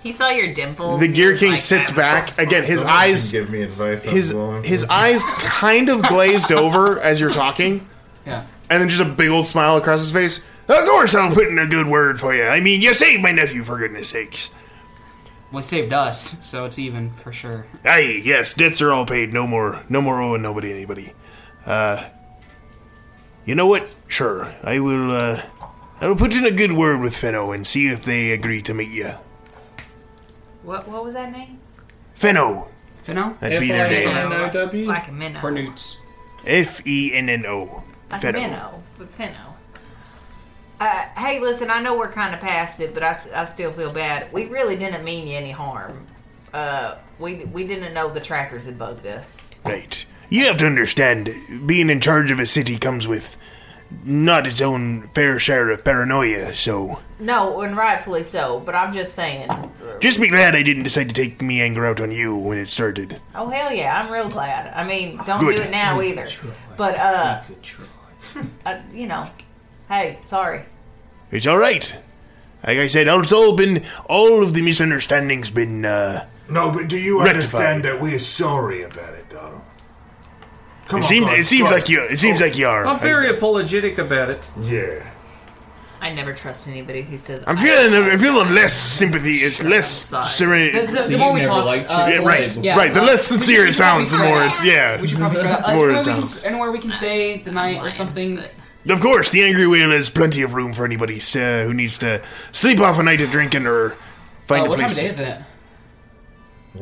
Speaker 7: He saw your dimples.
Speaker 10: The
Speaker 7: and
Speaker 10: Gear
Speaker 7: he
Speaker 10: King
Speaker 7: was like,
Speaker 10: sits
Speaker 7: "I'm
Speaker 10: back.
Speaker 7: so
Speaker 10: Again, his
Speaker 7: smart."
Speaker 10: eyes
Speaker 11: Give me advice. on
Speaker 10: his
Speaker 11: blowing
Speaker 10: his eyes kind of glazed over as you're talking.
Speaker 5: Yeah.
Speaker 10: And then just a big old smile across his face.
Speaker 2: Of course, I'll put in a good word for you. I mean, you saved my nephew for goodness sakes.
Speaker 5: Well, it saved us, so it's even for sure.
Speaker 2: Aye, yes, debts are all paid. No more, no more owing nobody anybody. Uh, you know what? Sure, I will. Uh, I will put in a good word with Fenno and see if they agree to meet you.
Speaker 7: What, what was that name?
Speaker 2: Fenno.
Speaker 5: Fenno.
Speaker 2: That'd be their name.
Speaker 4: F-I-N-O-W?
Speaker 7: Like a minnow.
Speaker 5: For newts.
Speaker 2: F e n n o.
Speaker 7: Like a
Speaker 2: Fenno.
Speaker 7: minnow. But Finno. Uh, hey, listen, I know we're kind of past it, but I, s- I still feel bad. We really didn't mean you any harm. Uh, we we didn't know the trackers had bugged us.
Speaker 2: Right. You have to understand, being in charge of a city comes with not its own fair share of paranoia. So,
Speaker 7: No, and rightfully so, but I'm just saying.
Speaker 2: just be glad I didn't decide to take me anger out on you when it started.
Speaker 7: Oh, hell yeah, I'm real glad. I mean, don't
Speaker 2: Good.
Speaker 7: do it now
Speaker 2: Good
Speaker 7: either. But, uh, uh, you know, hey, sorry.
Speaker 2: It's all right. Like I said, it's all been all of the misunderstandings been. Uh,
Speaker 9: no, but do you
Speaker 2: rectified.
Speaker 9: understand that we're sorry about it, though? Come
Speaker 2: it
Speaker 9: on,
Speaker 2: seems,
Speaker 9: guys,
Speaker 2: it seems
Speaker 9: guys.
Speaker 2: like you. It seems like you are.
Speaker 4: I'm very apologetic about it.
Speaker 9: Yeah.
Speaker 7: I never trust anybody who says.
Speaker 2: I'm feeling. I'm feeling less sympathy. It's less serenity.
Speaker 5: The- the- So the you more we never talk, liked uh, you. the
Speaker 2: right,
Speaker 5: less- yeah.
Speaker 2: right. The
Speaker 5: Uh,
Speaker 2: less
Speaker 5: we should-
Speaker 2: sincere
Speaker 5: we
Speaker 2: it
Speaker 5: should probably
Speaker 2: sounds, the more
Speaker 5: start
Speaker 2: it's yeah.
Speaker 5: We should probably try to, uh, anywhere,
Speaker 2: more it
Speaker 5: we can,
Speaker 2: sounds.
Speaker 5: anywhere we can stay the night or something. Uh,
Speaker 2: Of course, the angry wheel has plenty of room for anybody uh, who needs to sleep off a night of drinking or find
Speaker 5: Uh,
Speaker 2: a
Speaker 5: what time
Speaker 2: place.
Speaker 5: of day is it?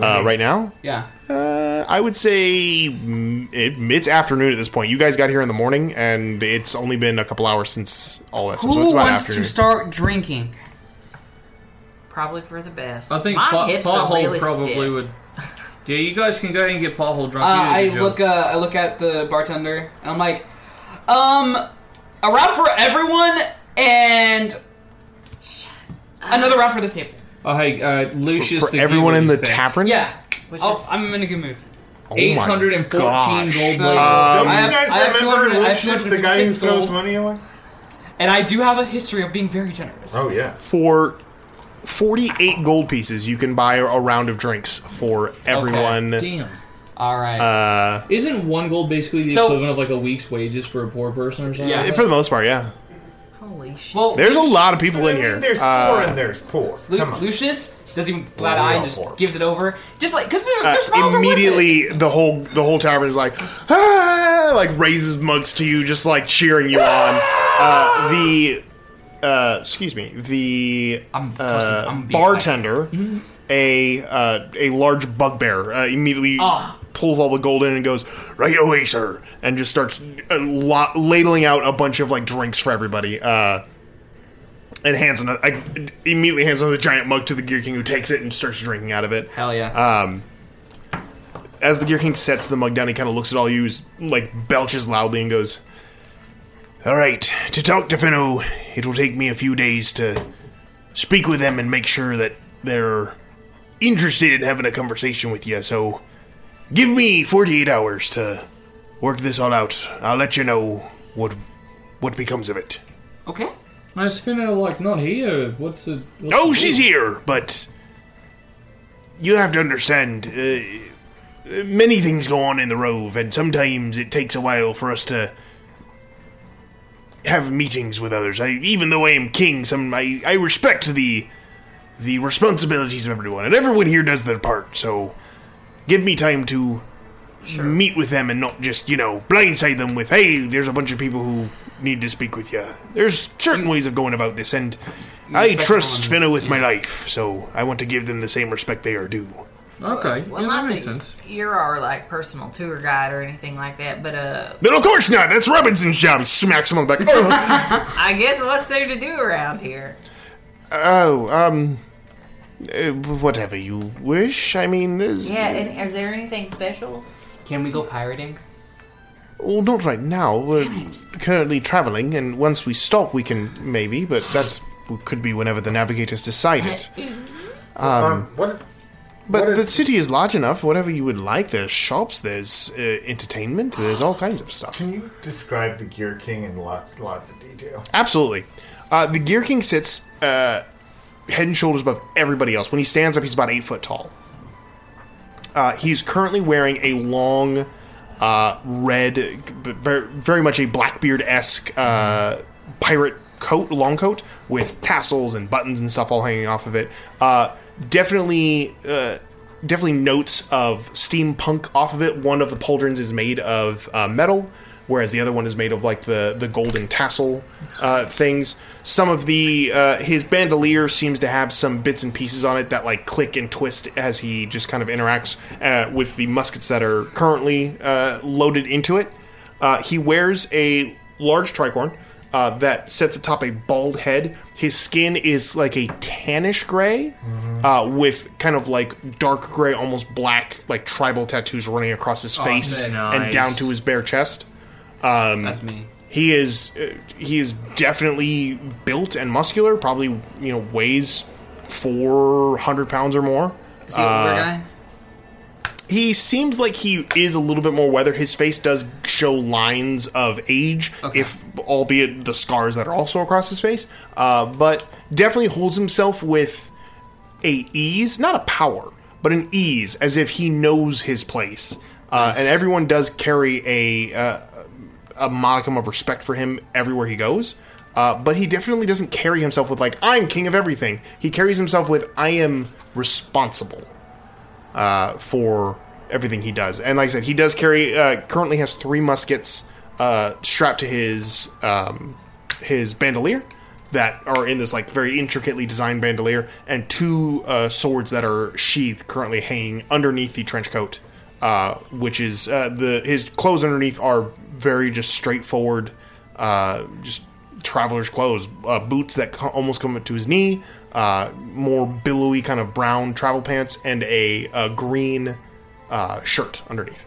Speaker 10: Uh, right now,
Speaker 5: Yeah.
Speaker 10: uh, I would say mm, it, it's afternoon at this point. You guys got here in the morning, and it's only been a couple hours since all that. stuff, so it's
Speaker 5: Who
Speaker 10: about
Speaker 5: wants
Speaker 10: afternoon.
Speaker 5: to start drinking?
Speaker 7: Probably for the best.
Speaker 4: I think
Speaker 7: my
Speaker 4: pot,
Speaker 7: hips
Speaker 4: pothole
Speaker 7: are really
Speaker 4: probably
Speaker 7: stiff.
Speaker 4: would. Yeah, you guys can go ahead and get pothole
Speaker 5: Uh,
Speaker 4: drunk.
Speaker 5: I look. Uh, I look at the bartender and I'm like, um, a round for everyone and another round for this table.
Speaker 4: Oh hey, uh, Lucius.
Speaker 10: For everyone in the tavern.
Speaker 5: Yeah.
Speaker 7: Which
Speaker 5: I'll- Oh, I'm in a good mood.
Speaker 10: Oh my
Speaker 4: 814
Speaker 10: gosh.
Speaker 4: gold
Speaker 5: So-
Speaker 4: label.
Speaker 10: Um,
Speaker 5: I
Speaker 10: Don't
Speaker 5: have,
Speaker 10: you guys
Speaker 5: I have
Speaker 10: remember
Speaker 5: 200 I have
Speaker 10: Lucius, the guy who
Speaker 5: 256
Speaker 10: throws
Speaker 5: gold.
Speaker 10: money away?
Speaker 5: And I do have a history of being very generous.
Speaker 10: Oh yeah. For forty-eight gold pieces, you can buy a round of drinks for everyone.
Speaker 4: Damn.
Speaker 5: All right.
Speaker 10: Uh,
Speaker 4: Isn't one gold basically the
Speaker 5: So-
Speaker 4: equivalent of like a week's wages for a poor person or something?
Speaker 10: yeah, for the most part, yeah.
Speaker 7: Holy shit.
Speaker 5: Well, Oh,
Speaker 10: There's a lot of people in here.
Speaker 11: There's
Speaker 10: Uh,
Speaker 11: poor and there's poor.
Speaker 5: Lu- Lucius, doesn't even flat
Speaker 12: Well, we
Speaker 5: eye
Speaker 12: all
Speaker 5: and just
Speaker 12: horrible.
Speaker 5: gives it over. Just like because their,
Speaker 12: Uh,
Speaker 5: their smiles Are
Speaker 12: immediately, the whole the whole tavern is like, ah, like raises mugs to you, just like cheering you on. Uh, the uh, excuse me, the uh,
Speaker 5: I'm being Mm-hmm.
Speaker 12: bartender, a uh, a large bugbear, uh, immediately
Speaker 5: Ah.
Speaker 12: pulls all the gold in and goes right away, sir, and just starts a lot, ladling out a bunch of like drinks for everybody. Uh, and hands another, I immediately hands another giant mug to the Gear King, who takes it and starts drinking out of it. Hell
Speaker 2: Uh,
Speaker 12: yeah! Um, as the Gear King sets the mug down, he kind of looks at all you, like belches loudly, and goes,
Speaker 2: All right, to talk to Finno, it will take me a few days to speak with them and make sure that they're interested in having a conversation with you. So, give me 48 hours to work this all out. I'll let you know what what becomes of it.
Speaker 5: Okay.
Speaker 4: Now is Finna like not here? What's the? What's
Speaker 2: Oh,
Speaker 4: the
Speaker 2: she's
Speaker 4: deal?
Speaker 2: here, but you have to understand. Uh, many things go on in the Rove, and sometimes it takes a while for us to have meetings with others. I, even though I am king, some I, I respect the the responsibilities of everyone, and everyone here does their part. So, give me time to meet with them and not just you know blindside them with hey, there's a bunch of people who need to speak with you. There's certain ways of going about this, and
Speaker 12: You
Speaker 2: I
Speaker 12: respect the
Speaker 2: trust
Speaker 12: ones-
Speaker 2: Finna with my
Speaker 12: yeah.
Speaker 2: life, so I want to give them the same respect they are due.
Speaker 4: Okay,
Speaker 7: Well, not that you're our like personal tour guide or anything like that, but uh,
Speaker 2: But of course not. That's Robinson's job. He smacks him on the back. Oh,
Speaker 7: I guess what's there to do around here?
Speaker 2: oh um, uh, whatever you wish. I mean, there's
Speaker 7: Yeah, and is there anything special?
Speaker 5: Can we go pirating?
Speaker 2: Well, not right now. We're currently traveling, and once we stop, we can maybe. But that's could be whenever the navigators decide it. Um, but the city is large enough. Whatever you would like, there's shops, there's uh, entertainment, there's all kinds of stuff. Can
Speaker 9: you describe the Gear King in lots lots of detail?
Speaker 2: Absolutely. Uh, the Gear King sits uh, head and shoulders above everybody else. When he stands up, he's about eight foot tall. Uh, he's currently wearing a long, uh, red, b- ver- very much a Blackbeard esque uh, pirate coat, long coat, with tassels and buttons and stuff all hanging off of it. Uh, definitely. Uh, Definitely notes of steampunk off of it. One of the pauldrons is made of uh, metal, whereas the other one is made of like the the golden tassel uh, things. Some of the uh, his bandolier seems to have some bits and pieces on it that like click and twist as he just kind of interacts uh, with the muskets that are currently uh, loaded into it. Uh, he wears a large tricorn. Uh, that sits atop a bald head. His skin is like a tannish gray, uh, with kind of like dark gray, almost black, like tribal tattoos running across his
Speaker 12: Oh,
Speaker 2: face and
Speaker 12: nice.
Speaker 2: down to his bare chest. Um, That's
Speaker 5: me.
Speaker 2: He is uh, he is definitely built and muscular. Probably you know weighs four hundred pounds or more.
Speaker 5: Is he an older
Speaker 2: Uh,
Speaker 5: guy?
Speaker 2: He seems like he is a little bit more weathered. His face does show lines of age, if albeit the scars that are also across his face. Uh, but definitely holds himself with a ease, not a power, but an ease, as if he knows his place. Uh, And everyone does carry a uh, a modicum of respect for him everywhere he goes. Uh, but he definitely doesn't carry himself with like I'm king of everything. He carries himself with I am responsible uh, for everything he does. And like I said, he does carry uh, currently has three muskets uh, strapped to his um, his bandolier that are in this like very intricately designed bandolier, and two uh, swords that are sheathed currently hanging underneath the trench coat, uh, which is uh, the his clothes underneath are very just straightforward, uh, just traveler's clothes, uh, boots that co- almost come up to his knee, uh, more billowy kind of brown travel pants, and a, uh green uh, shirt underneath.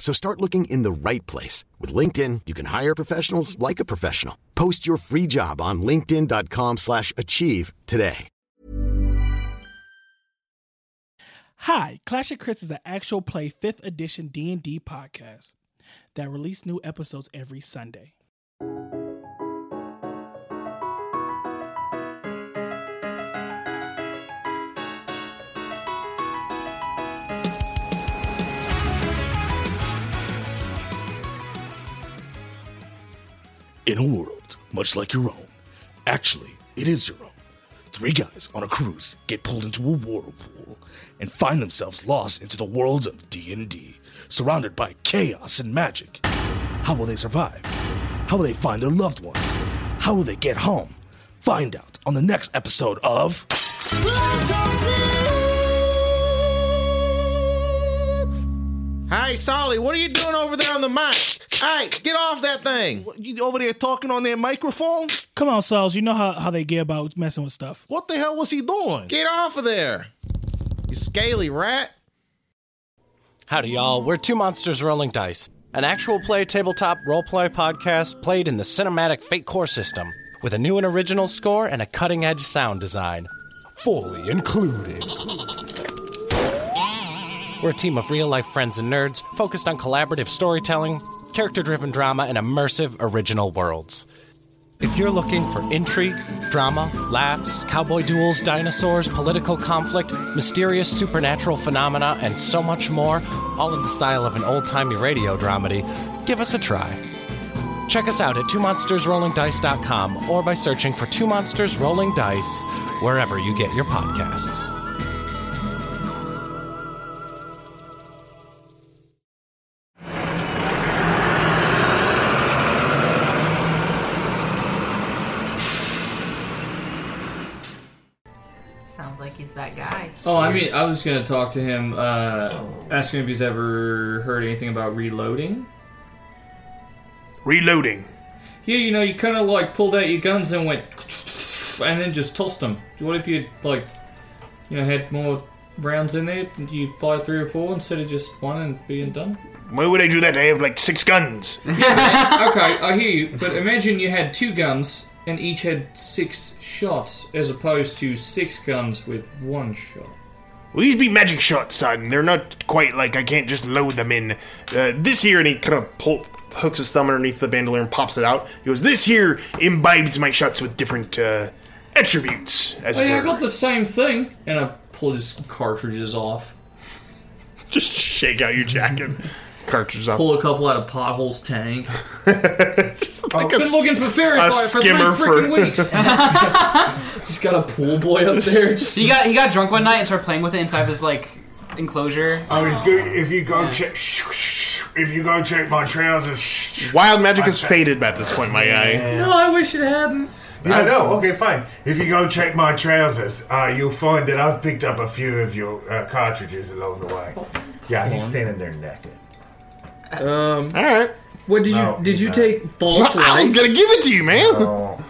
Speaker 13: So start looking in the right place. With LinkedIn, you can hire professionals like a professional. Post your free job on linkedin.com/achieve slash achieve today.
Speaker 14: Hi, Clash of Crits is the actual play 5th edition D&D podcast that release new episodes every Sunday.
Speaker 15: In a world much like your own, actually, it is your own, three guys on a cruise get pulled into a whirlpool and find themselves lost into the world of D&D, surrounded by chaos and magic. How will they survive? How will they find their loved ones? How will they get home? Find out on the next episode of
Speaker 16: Hey, Solly, what are you doing over there on the mic? Hey, get off that thing. You over there talking on that microphone?
Speaker 14: Come on, Sauls, you know how, how they get about messing with stuff.
Speaker 16: What the hell was he doing? Get off of there. You scaly rat.
Speaker 17: Howdy, y'all. We're Two Monsters Rolling Dice, an actual play tabletop roleplay podcast played in the cinematic Fate Core system with a new and original score and a cutting edge sound design. Fully included. We're a team of real life friends and nerds focused on collaborative storytelling, character driven drama, and immersive original worlds. If you're looking for intrigue, drama, laughs, cowboy duels, dinosaurs, political conflict, mysterious supernatural phenomena, and so much more, all in the style of an old timey radio dramedy, give us a try. Check us out at twomonstersrollingdice.com or by searching for Two Monsters Rolling Dice wherever you get your podcasts.
Speaker 7: Sounds like he's that guy.
Speaker 4: Oh, I mean, I was gonna talk to him, uh, ask him if he's ever heard anything about reloading.
Speaker 2: Reloading.
Speaker 4: Yeah, you know, you kind of like pulled out your guns and went, and then just tossed them. What if you like, you know, had more rounds in there? You fire three or four instead of just one and being done.
Speaker 2: Why would I do that? I have like six guns.
Speaker 4: okay, I hear you, but imagine you had two guns and each had six shots, as opposed to six guns with one shot.
Speaker 2: Well, these be magic shots, son. They're not quite like I can't just load them in. Uh, this here, and he kind of pull, hooks his thumb underneath the bandolier and pops it out. He goes, "This here imbibes my shots with different uh, attributes." As
Speaker 4: Hey, I
Speaker 2: it were.
Speaker 4: got the same thing, and I pulled his cartridges off.
Speaker 2: Just shake out your jacket, cartridges off.
Speaker 4: Pull a couple out of potholes tank.
Speaker 2: like
Speaker 4: I've
Speaker 2: a
Speaker 4: been
Speaker 2: s-
Speaker 4: looking for fairy
Speaker 2: a
Speaker 4: fire for three
Speaker 2: skimmer
Speaker 4: freaking
Speaker 2: for-
Speaker 4: weeks. Just got a pool boy up there.
Speaker 5: he got he got drunk one night and started playing with it inside of his like enclosure.
Speaker 9: Oh, it's good if you go check. If you go check my trousers,
Speaker 2: Wild magic is faded by this point, my guy.
Speaker 4: No, oh, I wish it hadn't.
Speaker 9: I know. Okay, fine. If you go check my trousers, uh, you'll find that I've picked up a few of your uh, cartridges along the way. Yeah, he's standing there naked.
Speaker 4: Um.
Speaker 2: All right.
Speaker 4: What did
Speaker 9: No,
Speaker 4: you did
Speaker 9: he's
Speaker 4: you
Speaker 9: not.
Speaker 4: take false?
Speaker 9: I was
Speaker 4: light?
Speaker 9: gonna give it to you, man.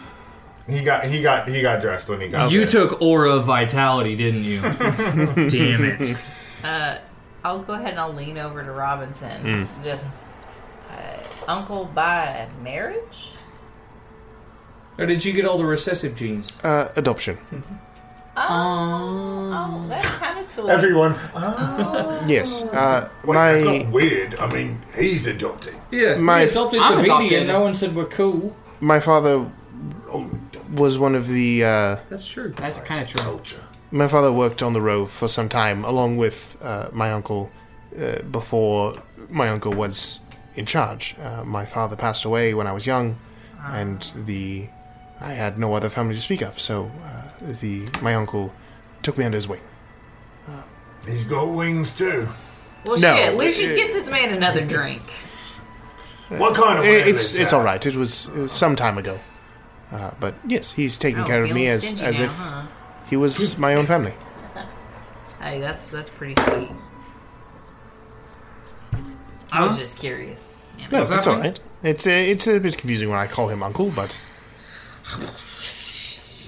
Speaker 9: He got he got he got dressed when he got.
Speaker 4: You
Speaker 9: there.
Speaker 4: took aura of vitality, didn't you? Damn it.
Speaker 7: Uh, I'll go ahead and I'll lean over to Robinson.
Speaker 4: Mm.
Speaker 7: Just uh, uncle by marriage?
Speaker 4: Or did you get all the recessive genes?
Speaker 2: Uh, adoption.
Speaker 7: Oh, oh that's kind of sweet. Oh.
Speaker 2: Everyone. Yes. Uh, my
Speaker 9: That's not weird. I mean, he's adopted.
Speaker 4: Yeah,
Speaker 2: My-
Speaker 4: my adopted
Speaker 2: I'm
Speaker 4: to media.
Speaker 2: adopted.
Speaker 4: No one said we're cool.
Speaker 2: my father was one of the. Uh,
Speaker 4: That's true.
Speaker 5: That's kind of true. Culture.
Speaker 2: my father worked on the Rove for some time, along with uh, my uncle, uh, before my uncle was in charge. Uh, my father passed away when I was young,
Speaker 9: Ah.
Speaker 2: and the I had no other family to speak of, so uh, the my uncle took me under his wing.
Speaker 9: He's got wings too.
Speaker 7: Well,
Speaker 2: No.
Speaker 7: shit. Let's just get this man another drink.
Speaker 9: What kind of
Speaker 2: It-
Speaker 9: whale
Speaker 2: Uh, It's
Speaker 9: is
Speaker 2: it's
Speaker 9: that?
Speaker 2: all right. It was, it was some time ago, uh, but yes, he's taking
Speaker 7: Oh,
Speaker 2: care of me
Speaker 7: feeling
Speaker 2: as
Speaker 7: stingy
Speaker 2: as
Speaker 7: now,
Speaker 2: if
Speaker 7: huh?
Speaker 2: he was my own family.
Speaker 7: Hey, that's that's pretty sweet. I was just curious. you know.
Speaker 2: No, that's all right. It's a, it's a bit confusing when I call him uncle, but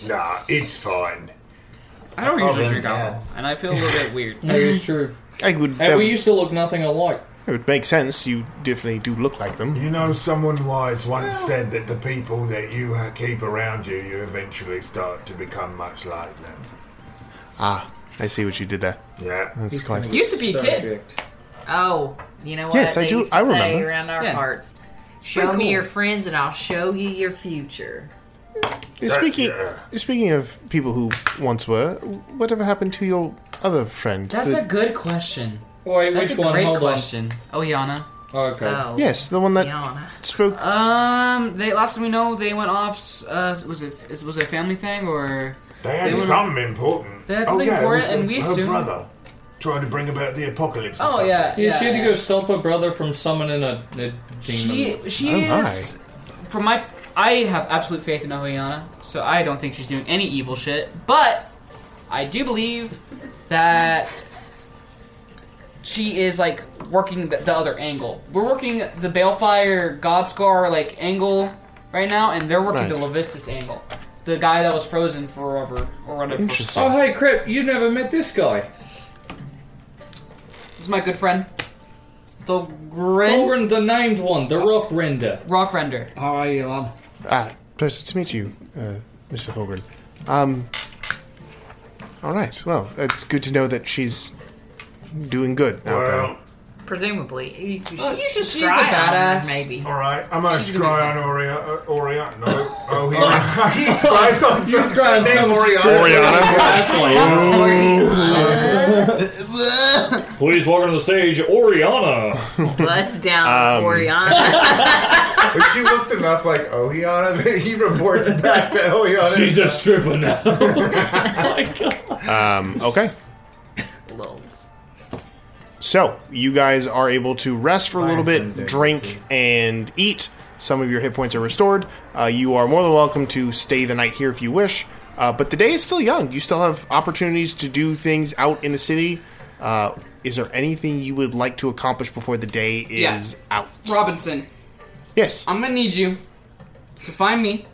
Speaker 9: Nah, it's fine.
Speaker 4: I don't
Speaker 9: I call
Speaker 4: usually
Speaker 9: them
Speaker 4: drink alcohol,
Speaker 9: dads.
Speaker 4: and I feel a little bit weird.
Speaker 2: That is
Speaker 4: true.
Speaker 2: I would. um,
Speaker 4: Hey, we used to look nothing alike.
Speaker 2: It would make sense. You definitely do look like them.
Speaker 9: You know, someone wise once said that the people that you ha- keep around you, you eventually start to become much like them.
Speaker 2: Ah, I see what you did there.
Speaker 9: Yeah,
Speaker 2: that's quite.
Speaker 7: Used to be a kid. Oh, you know what?
Speaker 2: Yes, I
Speaker 7: they
Speaker 2: do-
Speaker 7: Used to
Speaker 2: I
Speaker 7: say
Speaker 2: remember.
Speaker 7: around our
Speaker 2: Yeah.
Speaker 7: parts. Show
Speaker 2: pretty
Speaker 7: me
Speaker 2: cool.
Speaker 7: your friends, and I'll show you your future.
Speaker 2: Speaking speaking of people who once were, whatever happened to your other friend?
Speaker 4: That's
Speaker 2: the-
Speaker 4: a good
Speaker 5: Question.
Speaker 4: Wait,
Speaker 5: That's
Speaker 4: which
Speaker 5: a
Speaker 4: one?
Speaker 5: Great
Speaker 4: Hold on.
Speaker 5: question. Oh, Yana.
Speaker 4: Okay.
Speaker 5: Oh.
Speaker 2: Yes, the one that spoke.
Speaker 5: Um, they last we know they went off. s- Uh, was it is- was it a family thing or
Speaker 9: They had
Speaker 5: went-
Speaker 9: something important.
Speaker 5: They had
Speaker 9: oh
Speaker 5: something
Speaker 9: yeah, it was
Speaker 5: important, and we
Speaker 9: the, her
Speaker 5: assumed-
Speaker 9: brother trying to bring about the apocalypse. or
Speaker 5: Oh, yeah,
Speaker 9: something.
Speaker 4: Yeah, she had to go stop her brother from summoning a, a demon.
Speaker 5: She
Speaker 4: Oh,
Speaker 5: she is from my I have absolute faith in Eliana, so I don't think she's doing any evil shit. But I do believe that she is like working the, the other angle. We're working the Balefire Godscar like angle right now, and they're working
Speaker 4: Right.
Speaker 5: the Levistus angle. The guy that was frozen forever or whatever.
Speaker 4: Oh, hey, crap! You never met this guy.
Speaker 5: This is my good friend. The
Speaker 4: Thorin, the named one, the Rock Render.
Speaker 5: Rock Render.
Speaker 4: How are you, Lon?
Speaker 2: Ah, pleasure to meet you, uh, Mr. Thorgren. Um. All right. Well, it's good to know that she's doing good out there.
Speaker 7: Presumably, you, you should,
Speaker 5: Well,
Speaker 7: you should
Speaker 5: she's
Speaker 7: scry
Speaker 5: a
Speaker 7: on her,
Speaker 5: badass.
Speaker 7: maybe.
Speaker 9: All right, I'm gonna
Speaker 7: She's
Speaker 9: scry on Oriana. Oriana, no. Oh, he, he scries on
Speaker 4: You
Speaker 9: some
Speaker 4: scry on
Speaker 9: chick
Speaker 4: some
Speaker 9: named
Speaker 4: Please welcome to the stage, Oriana.
Speaker 7: Bust down,
Speaker 4: Um,
Speaker 7: Oriana.
Speaker 3: But she looks enough like Ohiana that he reports back that Ohiana.
Speaker 4: She's a stripper now.
Speaker 2: Um, okay. So, you guys are able to rest for a little bit, drink, and eat. Some of your hit points are restored. Uh, you are more than welcome to stay the night here if you wish. Uh, but the day is still young. You still have opportunities to do things out in the city. Uh, is there anything you would like to accomplish before the day
Speaker 5: Yeah.
Speaker 2: is out?
Speaker 5: Robinson.
Speaker 2: Yes.
Speaker 5: I'm gonna need you to find me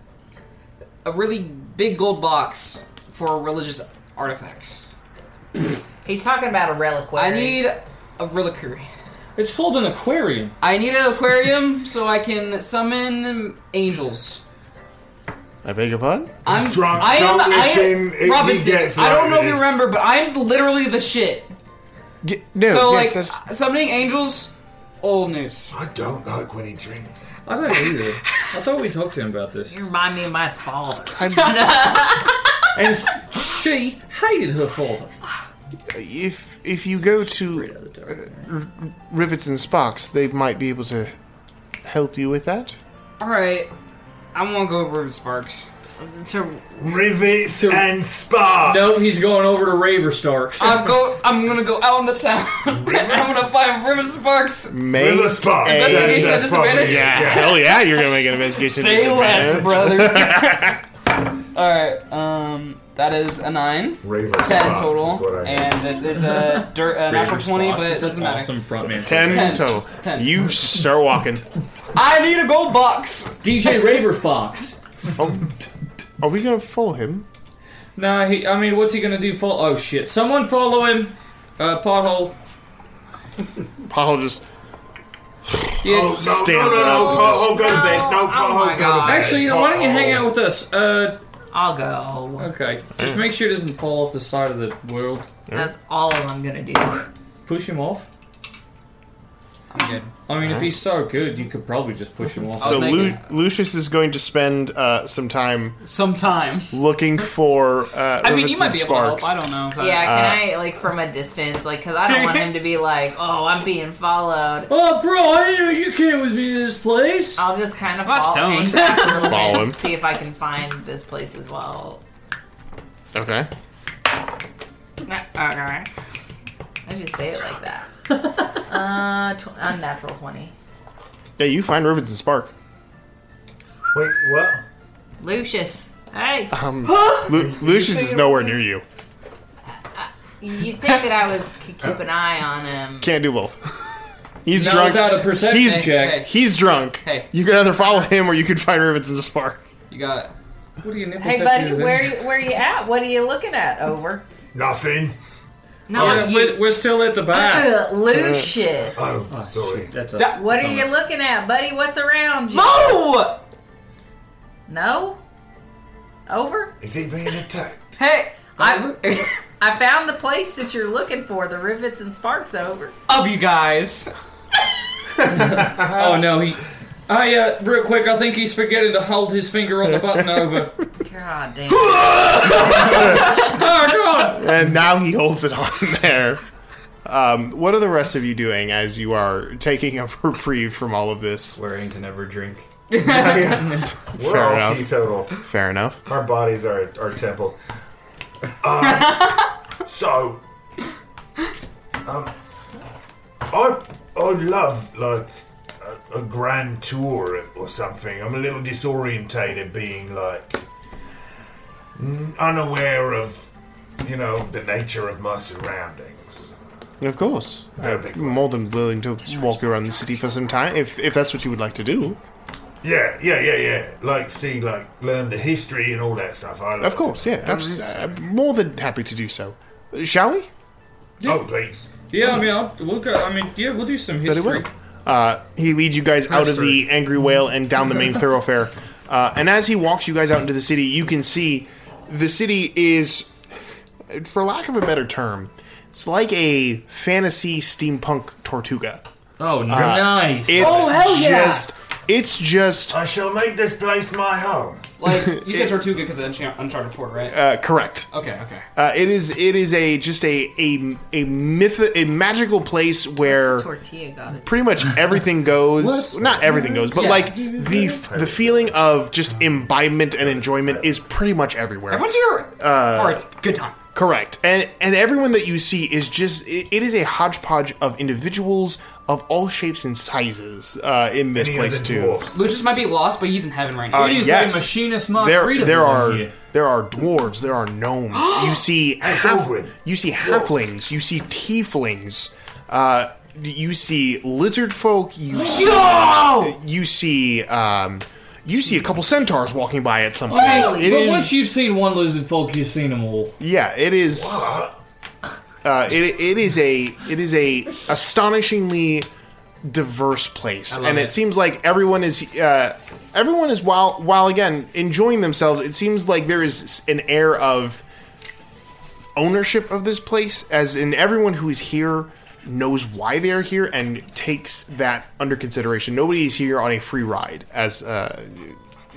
Speaker 5: a really big gold box for religious artifacts.
Speaker 7: He's talking about a reliquary.
Speaker 5: I need a reliquary.
Speaker 4: It's called an aquarium.
Speaker 5: I need an aquarium so I can summon angels.
Speaker 2: I beg your pardon?
Speaker 5: I'm
Speaker 9: drunk.
Speaker 5: I am.
Speaker 9: Don't
Speaker 5: I am
Speaker 9: listen. He
Speaker 5: Robinson.
Speaker 9: gets
Speaker 5: I don't
Speaker 9: like
Speaker 5: know if you
Speaker 9: this.
Speaker 5: remember, but I'm literally the shit.
Speaker 2: no,
Speaker 5: so
Speaker 2: yes,
Speaker 5: like
Speaker 2: that's-
Speaker 5: summoning angels, old news.
Speaker 9: I don't like when he drinks.
Speaker 4: I don't either. I thought we talked to him about this.
Speaker 7: You remind me of my father.
Speaker 4: And she hated her father.
Speaker 2: If if you go to uh, R- Rivets and Sparks, they might be able to help you with that.
Speaker 5: All right, I'm gonna go over with Sparks.
Speaker 7: To
Speaker 9: rivets and sparks.
Speaker 4: No, he's going over to Raver Starks.
Speaker 5: I'm go. I'm gonna go out in the town. and I'm gonna find River Sparks.
Speaker 2: May
Speaker 5: River Sparks. Investigation at disadvantage.
Speaker 2: Yeah, hell yeah, you're gonna make an investigation. at
Speaker 5: Say less,
Speaker 2: disadvantage.
Speaker 5: brother. All right. Um, that is a nine.
Speaker 9: Raver
Speaker 5: ten
Speaker 9: Sparks is what I
Speaker 5: total,
Speaker 9: heard.
Speaker 5: and this is a, dirt, a natural twenty, but it doesn't matter.
Speaker 2: Ten,
Speaker 5: Ten.
Speaker 2: total.
Speaker 5: Ten.
Speaker 2: You start walking.
Speaker 5: I need a gold box.
Speaker 4: DJ Raver Fox.
Speaker 2: Oh, are we gonna follow him?
Speaker 4: Nah, he, I mean, what's he gonna do? Follow? Oh shit! Someone follow him. Uh, pothole.
Speaker 2: Pothole just.
Speaker 4: Yeah.
Speaker 9: Oh, no,
Speaker 7: Oh
Speaker 9: no, no, no, Pothole, go to bed. No, Pothole, go to bed.
Speaker 4: Actually, you know, why don't you hang out with us? Uh,
Speaker 7: I'll go.
Speaker 4: Okay. Just make sure it doesn't fall off the side of the world.
Speaker 7: That's all I'm gonna do.
Speaker 4: Push him off. I'm good. I mean, if he's so good, you could probably just push him off.
Speaker 2: So Lu- Lucius is going to spend uh, some time,
Speaker 5: some time
Speaker 2: looking for. Uh,
Speaker 7: I mean, you
Speaker 2: rivets
Speaker 7: might
Speaker 2: and
Speaker 7: be able to
Speaker 2: sparks.
Speaker 7: help.
Speaker 5: I don't know.
Speaker 7: Yeah,
Speaker 2: Uh,
Speaker 7: can I like from a distance, like, cause I don't want him to be like, oh, I'm being followed.
Speaker 4: Oh, bro, I didn't know you came with me to this place.
Speaker 7: I'll just kind of
Speaker 4: I
Speaker 7: follow
Speaker 4: stoned.
Speaker 7: him after a
Speaker 2: Follow
Speaker 7: bit,
Speaker 2: him.
Speaker 7: see if I can find this place as well.
Speaker 2: Okay.
Speaker 7: Nah, Okay. I just say it like that. uh, tw- unnatural twenty.
Speaker 2: Yeah, you find rivets and spark.
Speaker 9: Wait, what?
Speaker 7: Lucius, hey.
Speaker 2: Um, Lu- Lucius is nowhere near you.
Speaker 7: You think that I would c- keep an eye on him?
Speaker 2: Can't do both. He's
Speaker 7: Not
Speaker 2: drunk.
Speaker 7: without a perception
Speaker 2: he's,
Speaker 7: check.
Speaker 2: He's drunk.
Speaker 7: Hey.
Speaker 2: You could either follow him or you could find rivets and spark.
Speaker 4: You got. What are you
Speaker 7: Hey, buddy, where you, where you at? What are you looking at? Over.
Speaker 9: Nothing.
Speaker 7: No,
Speaker 4: Yeah,
Speaker 7: you-
Speaker 4: Oh,
Speaker 7: Uh,
Speaker 4: we're, we're still at the back.
Speaker 7: Lucius.
Speaker 9: Oh, sorry.
Speaker 4: That's
Speaker 7: Da- what are you looking at, buddy? What's around you? No. No. Over.
Speaker 9: Is he being attacked?
Speaker 7: Hey, I I found the place that you're looking for. The rivets and sparks. Over.
Speaker 5: of you guys.
Speaker 4: oh no, he. I uh, real quick. I think he's forgetting to hold his finger on the button over.
Speaker 7: God damn.
Speaker 4: oh god!
Speaker 2: And now he holds it on there. Um, what are the rest of you doing as you are taking a reprieve from all of this?
Speaker 6: Learning to never drink.
Speaker 2: Fair
Speaker 3: We're all
Speaker 2: enough.
Speaker 3: teetotal.
Speaker 2: Fair enough.
Speaker 3: Our bodies are our temples.
Speaker 9: Um, So, um, I I love like a, a grand tour or something. I'm a little disorientated, being like n- unaware of you know the nature of my surroundings.
Speaker 2: Of course. I'm more than willing to walk around the city for some time if, if that's what you would like to do.
Speaker 9: Yeah, yeah, yeah, yeah. Like see, like learn the history and all that stuff. I love
Speaker 2: Of course, yeah.
Speaker 9: it.
Speaker 2: I'm, I'm more than happy to do so. Shall we?
Speaker 9: Oh, please.
Speaker 4: Yeah, I mean, I'll, we'll go. I mean, yeah, we'll do some
Speaker 2: Very
Speaker 4: history.
Speaker 2: well. Uh, he leads you guys out of the angry whale and down the main thoroughfare. Uh, and as he walks you guys out into the city, you can see the city is, for lack of a better term, it's like a fantasy steampunk Tortuga.
Speaker 4: Oh,
Speaker 2: Uh, It's Just, it's just.
Speaker 9: I shall make this place my home.
Speaker 5: Like you said, Tortuga because of Unch- Uncharted Four, right?
Speaker 2: uh, correct.
Speaker 5: okay, okay.
Speaker 2: Uh, it is. It is a just a a a myth a magical place where
Speaker 7: Tortilla got it.
Speaker 2: pretty much everything goes. not everything goes, but
Speaker 7: Yeah.
Speaker 2: like the the feeling of just imbibement and enjoyment is pretty much everywhere.
Speaker 5: Everyone's here
Speaker 2: Uh,
Speaker 5: for a good time.
Speaker 2: Correct, and and everyone that you see is just it, it is a hodgepodge of individuals of all shapes and sizes uh, in this place too.
Speaker 5: Lucius might be lost, but he's in heaven right now.
Speaker 2: Uh, yes. there, there are there are dwarves, there are gnomes. you see half, you see halflings, you see tieflings, uh, you see lizard folk, you see
Speaker 4: Yo!
Speaker 2: you see um, you see a couple centaurs walking by at some
Speaker 4: Oh,
Speaker 2: point. It
Speaker 4: but
Speaker 2: is-
Speaker 4: once you've seen one lizard folk, you've seen them all.
Speaker 2: yeah, it is. Uh, it, it is a it is a astonishingly diverse place,
Speaker 16: I love
Speaker 2: and it,
Speaker 16: it.
Speaker 2: seems like everyone is uh, everyone is while while again enjoying themselves. It seems like there is an air of ownership of this place, as in everyone who is here knows why they are here and takes that under consideration. Nobody is here on a free ride, as uh,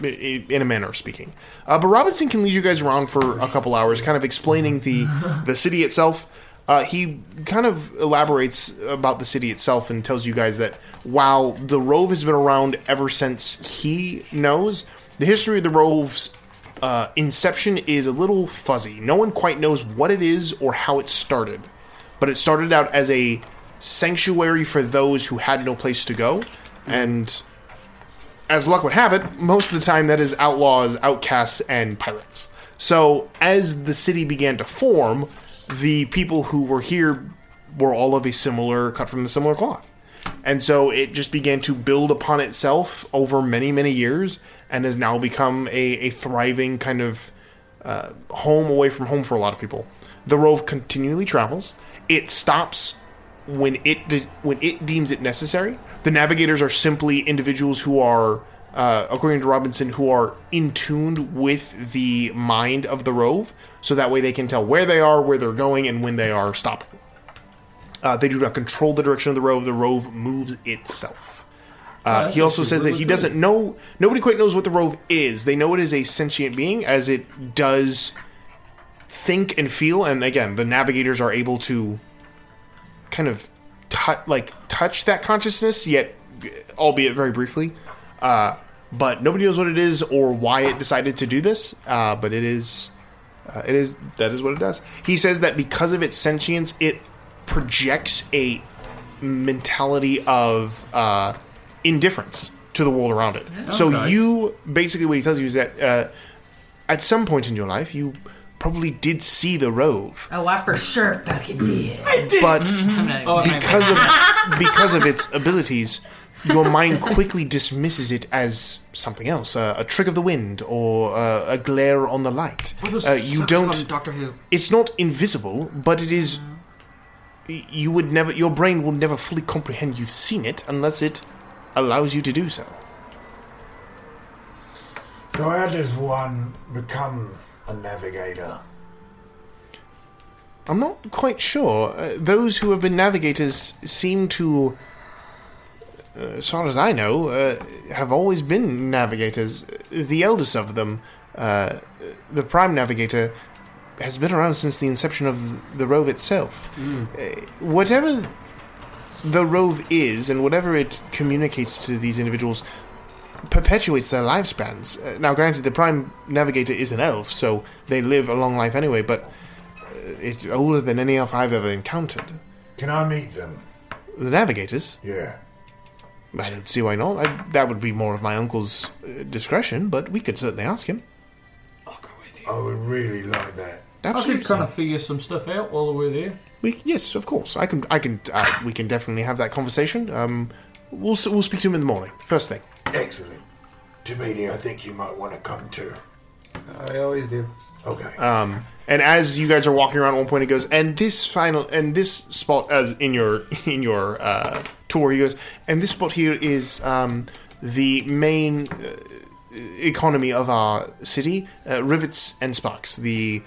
Speaker 2: i- i- in a manner of speaking. Uh, but Robinson can lead you guys around for a couple hours, kind of explaining the the city itself. Uh, he kind of elaborates about the city itself and tells you guys that while the Rove has been around ever since he knows, the history of the Rove's uh, inception is a little fuzzy. No one quite knows what it is or how it started, but it started out as a sanctuary for those who had no place to go, and as luck would have it, most of the time that is outlaws, outcasts, and pirates. So as the city began to form, the people who were here were all of a similar cut from the similar cloth. And so it just began to build upon itself over many, many years and has now become a, a thriving kind of uh, home away from home for a lot of people. The Rove continually travels. It stops when it de- when it deems it necessary. The navigators are simply individuals who are uh, according to Robinson, who are in tuned with the mind of the rove, so that way they can tell where they are, where they're going, and when they are stopping. Uh, they do not control the direction of the rove. The rove moves itself.
Speaker 8: Yeah,
Speaker 2: Uh,
Speaker 8: that's
Speaker 2: he also
Speaker 8: actually
Speaker 2: says that
Speaker 8: really
Speaker 2: he
Speaker 8: good.
Speaker 2: doesn't know. Nobody quite knows what the rove is. They know it is a sentient being, as it does think and feel. And again, the navigators are able to kind of tou like touch that consciousness, yet albeit very briefly. Uh, but nobody knows what it is or why it decided to do this. Uh, but it is, uh, it is that is what it does. He says that because of its sentience, it projects a mentality of uh, indifference to the world around it. So
Speaker 8: Okay.
Speaker 2: you basically what he tells you is that uh, at some point in your life, you probably did see the rove
Speaker 7: Oh, I for sure fucking did. Mm-hmm. I
Speaker 2: but because of because of its abilities, your mind quickly dismisses it as something else, uh, a trick of the wind or uh, a glare on the light.
Speaker 5: All those
Speaker 2: Uh, you
Speaker 5: sucks
Speaker 2: don't.
Speaker 5: from Doctor Who.
Speaker 2: It's not invisible, but it is. y- You would never. Your brain will never fully comprehend you've seen it unless it allows you to do so.
Speaker 9: So how does one become a navigator?
Speaker 2: I'm not quite sure. Uh, those who have been navigators seem to, uh, as far as I know, uh, have always been navigators. The eldest of them, uh, the prime navigator, has been around since the inception of the rove itself. Uh, whatever the rove is and whatever it communicates to these individuals perpetuates their lifespans. Uh, now, granted, the prime navigator is an elf, so they live a long life anyway, but uh, it's older than any elf I've ever encountered.
Speaker 9: Can I meet them?
Speaker 2: The navigators?
Speaker 9: Yeah.
Speaker 2: I don't see why not. I, that would be more of my uncle's uh, discretion, but we could certainly ask him.
Speaker 9: I would really like that.
Speaker 4: I could kind of figure some stuff out while we're there.
Speaker 2: We, yes, of course. I can. I can. Uh, we can definitely have that conversation. Um, we'll s- we'll speak to him in the morning. First thing.
Speaker 9: Excellent. Demeter, I think you might want to come too.
Speaker 6: I always do.
Speaker 9: Okay.
Speaker 2: Um, and as you guys are walking around, at one point he goes, and this final, and this spot, as in your in your uh, tour, he goes, and this spot here is um, the main uh, economy of our city: uh, rivets and sparks. The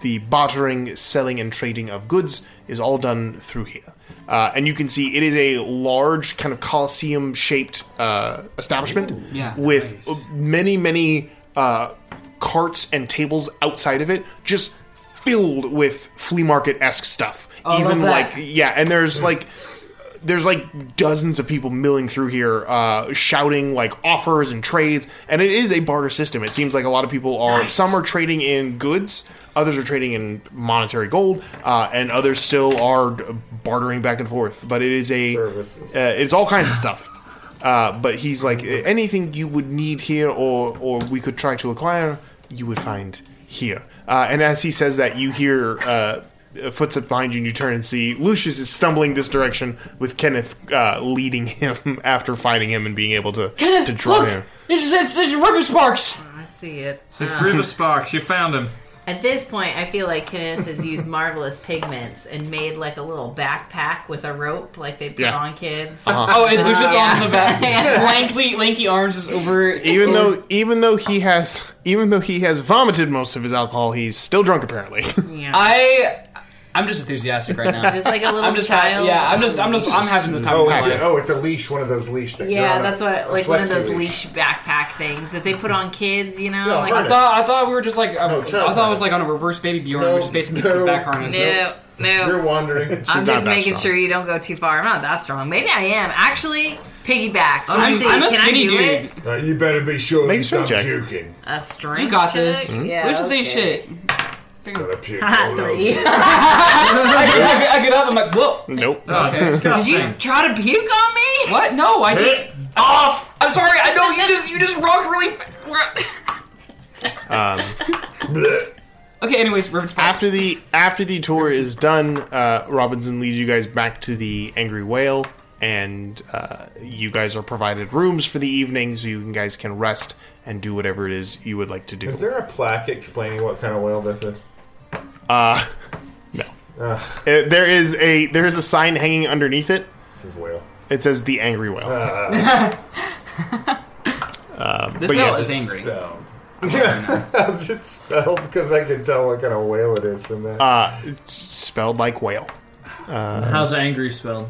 Speaker 2: the bartering, selling, and trading of goods is all done through here. Uh, and you can see it is a large, kind of coliseum shaped uh, establishment
Speaker 5: Yeah,
Speaker 2: with many, many uh, carts and tables outside of it just filled with flea market esque stuff.
Speaker 8: All of
Speaker 2: Even
Speaker 8: that.
Speaker 2: like, yeah, and there's like. There's like dozens of people milling through here, uh, shouting like offers and trades, and it is a barter system. It seems like a lot of people are some are trading in goods, others are trading in monetary gold, uh, and others still are bartering back and forth. But it is a uh, it's all kinds of stuff. Uh, but he's like anything you would need here, or or we could try to acquire, you would find here. Uh, and as he says that, you hear uh, footsteps behind you, and you turn and see Lucius is stumbling this direction with Kenneth uh, leading him after finding him and being able to
Speaker 5: Kenneth,
Speaker 2: to draw
Speaker 5: look!
Speaker 2: him.
Speaker 5: This is it's, it's River Sparks.
Speaker 7: Oh, I see it.
Speaker 4: It's
Speaker 7: Um,
Speaker 4: River Sparks. You found him.
Speaker 7: At this point, I feel like Kenneth has used marvelous pigments and made like a little backpack with a rope, like they put
Speaker 2: Yeah.
Speaker 7: on kids.
Speaker 2: Uh-huh. Oh, it's- it's just on the back.
Speaker 5: lanky, lanky arms is over.
Speaker 2: Even though even though he has even though he has vomited most of his alcohol, he's still drunk apparently.
Speaker 18: I I'm just enthusiastic right now.
Speaker 7: Just like a little
Speaker 18: I'm just
Speaker 7: child.
Speaker 18: yeah, I'm just I'm just I'm having the time
Speaker 3: oh,
Speaker 18: of my
Speaker 3: it's
Speaker 18: life.
Speaker 3: a, oh, it's a leash, one of those leash things. You're on
Speaker 7: yeah,
Speaker 3: a-
Speaker 7: that's what
Speaker 3: a
Speaker 7: like one of
Speaker 3: flexi
Speaker 7: those leash backpack things that they put on kids. You know,
Speaker 18: No,
Speaker 7: like
Speaker 18: I thought I thought we were just like I, I thought I was like on a reverse baby Bjorn,
Speaker 7: No,
Speaker 18: which is basically just a
Speaker 7: no,
Speaker 18: back harness.
Speaker 7: no, no. You're
Speaker 3: wandering.
Speaker 7: I'm just making sure you don't go too far. I'm not that strong. Maybe I am actually piggybacks. Let's
Speaker 18: I'm-
Speaker 7: see.
Speaker 18: I'm a
Speaker 7: Can
Speaker 18: skinny
Speaker 7: I do
Speaker 18: dude.
Speaker 7: it?
Speaker 9: Now, you better be sure
Speaker 18: Make
Speaker 9: you
Speaker 18: a strength
Speaker 9: stop
Speaker 18: check.
Speaker 9: puking.
Speaker 7: A strength.
Speaker 18: You got
Speaker 7: check?
Speaker 18: this.
Speaker 2: Hmm?
Speaker 7: Yeah.
Speaker 18: Let's just say
Speaker 7: okay.
Speaker 18: shit.
Speaker 9: Gotta puke all over.
Speaker 7: Three.
Speaker 18: I, get, I, get, I get up. I'm like, whoa.
Speaker 2: Nope.
Speaker 4: Oh,
Speaker 7: Did you try to puke on me?
Speaker 18: What? No, I just off. I'm sorry. I know you just you just rocked really. Fa-
Speaker 2: Um,
Speaker 18: okay. Anyways, Rivet's
Speaker 2: after the after the tour is done, uh, Robinson leads you guys back to the Angry Whale, and uh, you guys are provided rooms for the evening, so you guys can rest and do whatever it is you would like to do.
Speaker 3: Is there a plaque explaining what kind of whale this is?
Speaker 2: Uh, no.
Speaker 9: Ah,
Speaker 2: Uh, there is a there is a sign hanging underneath it.
Speaker 3: This is whale. Uh. Um,
Speaker 2: It says the Angry Whale.
Speaker 5: This
Speaker 2: But
Speaker 5: spell
Speaker 2: yes,
Speaker 5: is
Speaker 2: it's
Speaker 5: angry.
Speaker 3: Yeah, how's it spelled? Because I can tell what kind of whale it is from that.
Speaker 2: Uh, it's spelled like whale. Uh,
Speaker 4: How's angry spelled?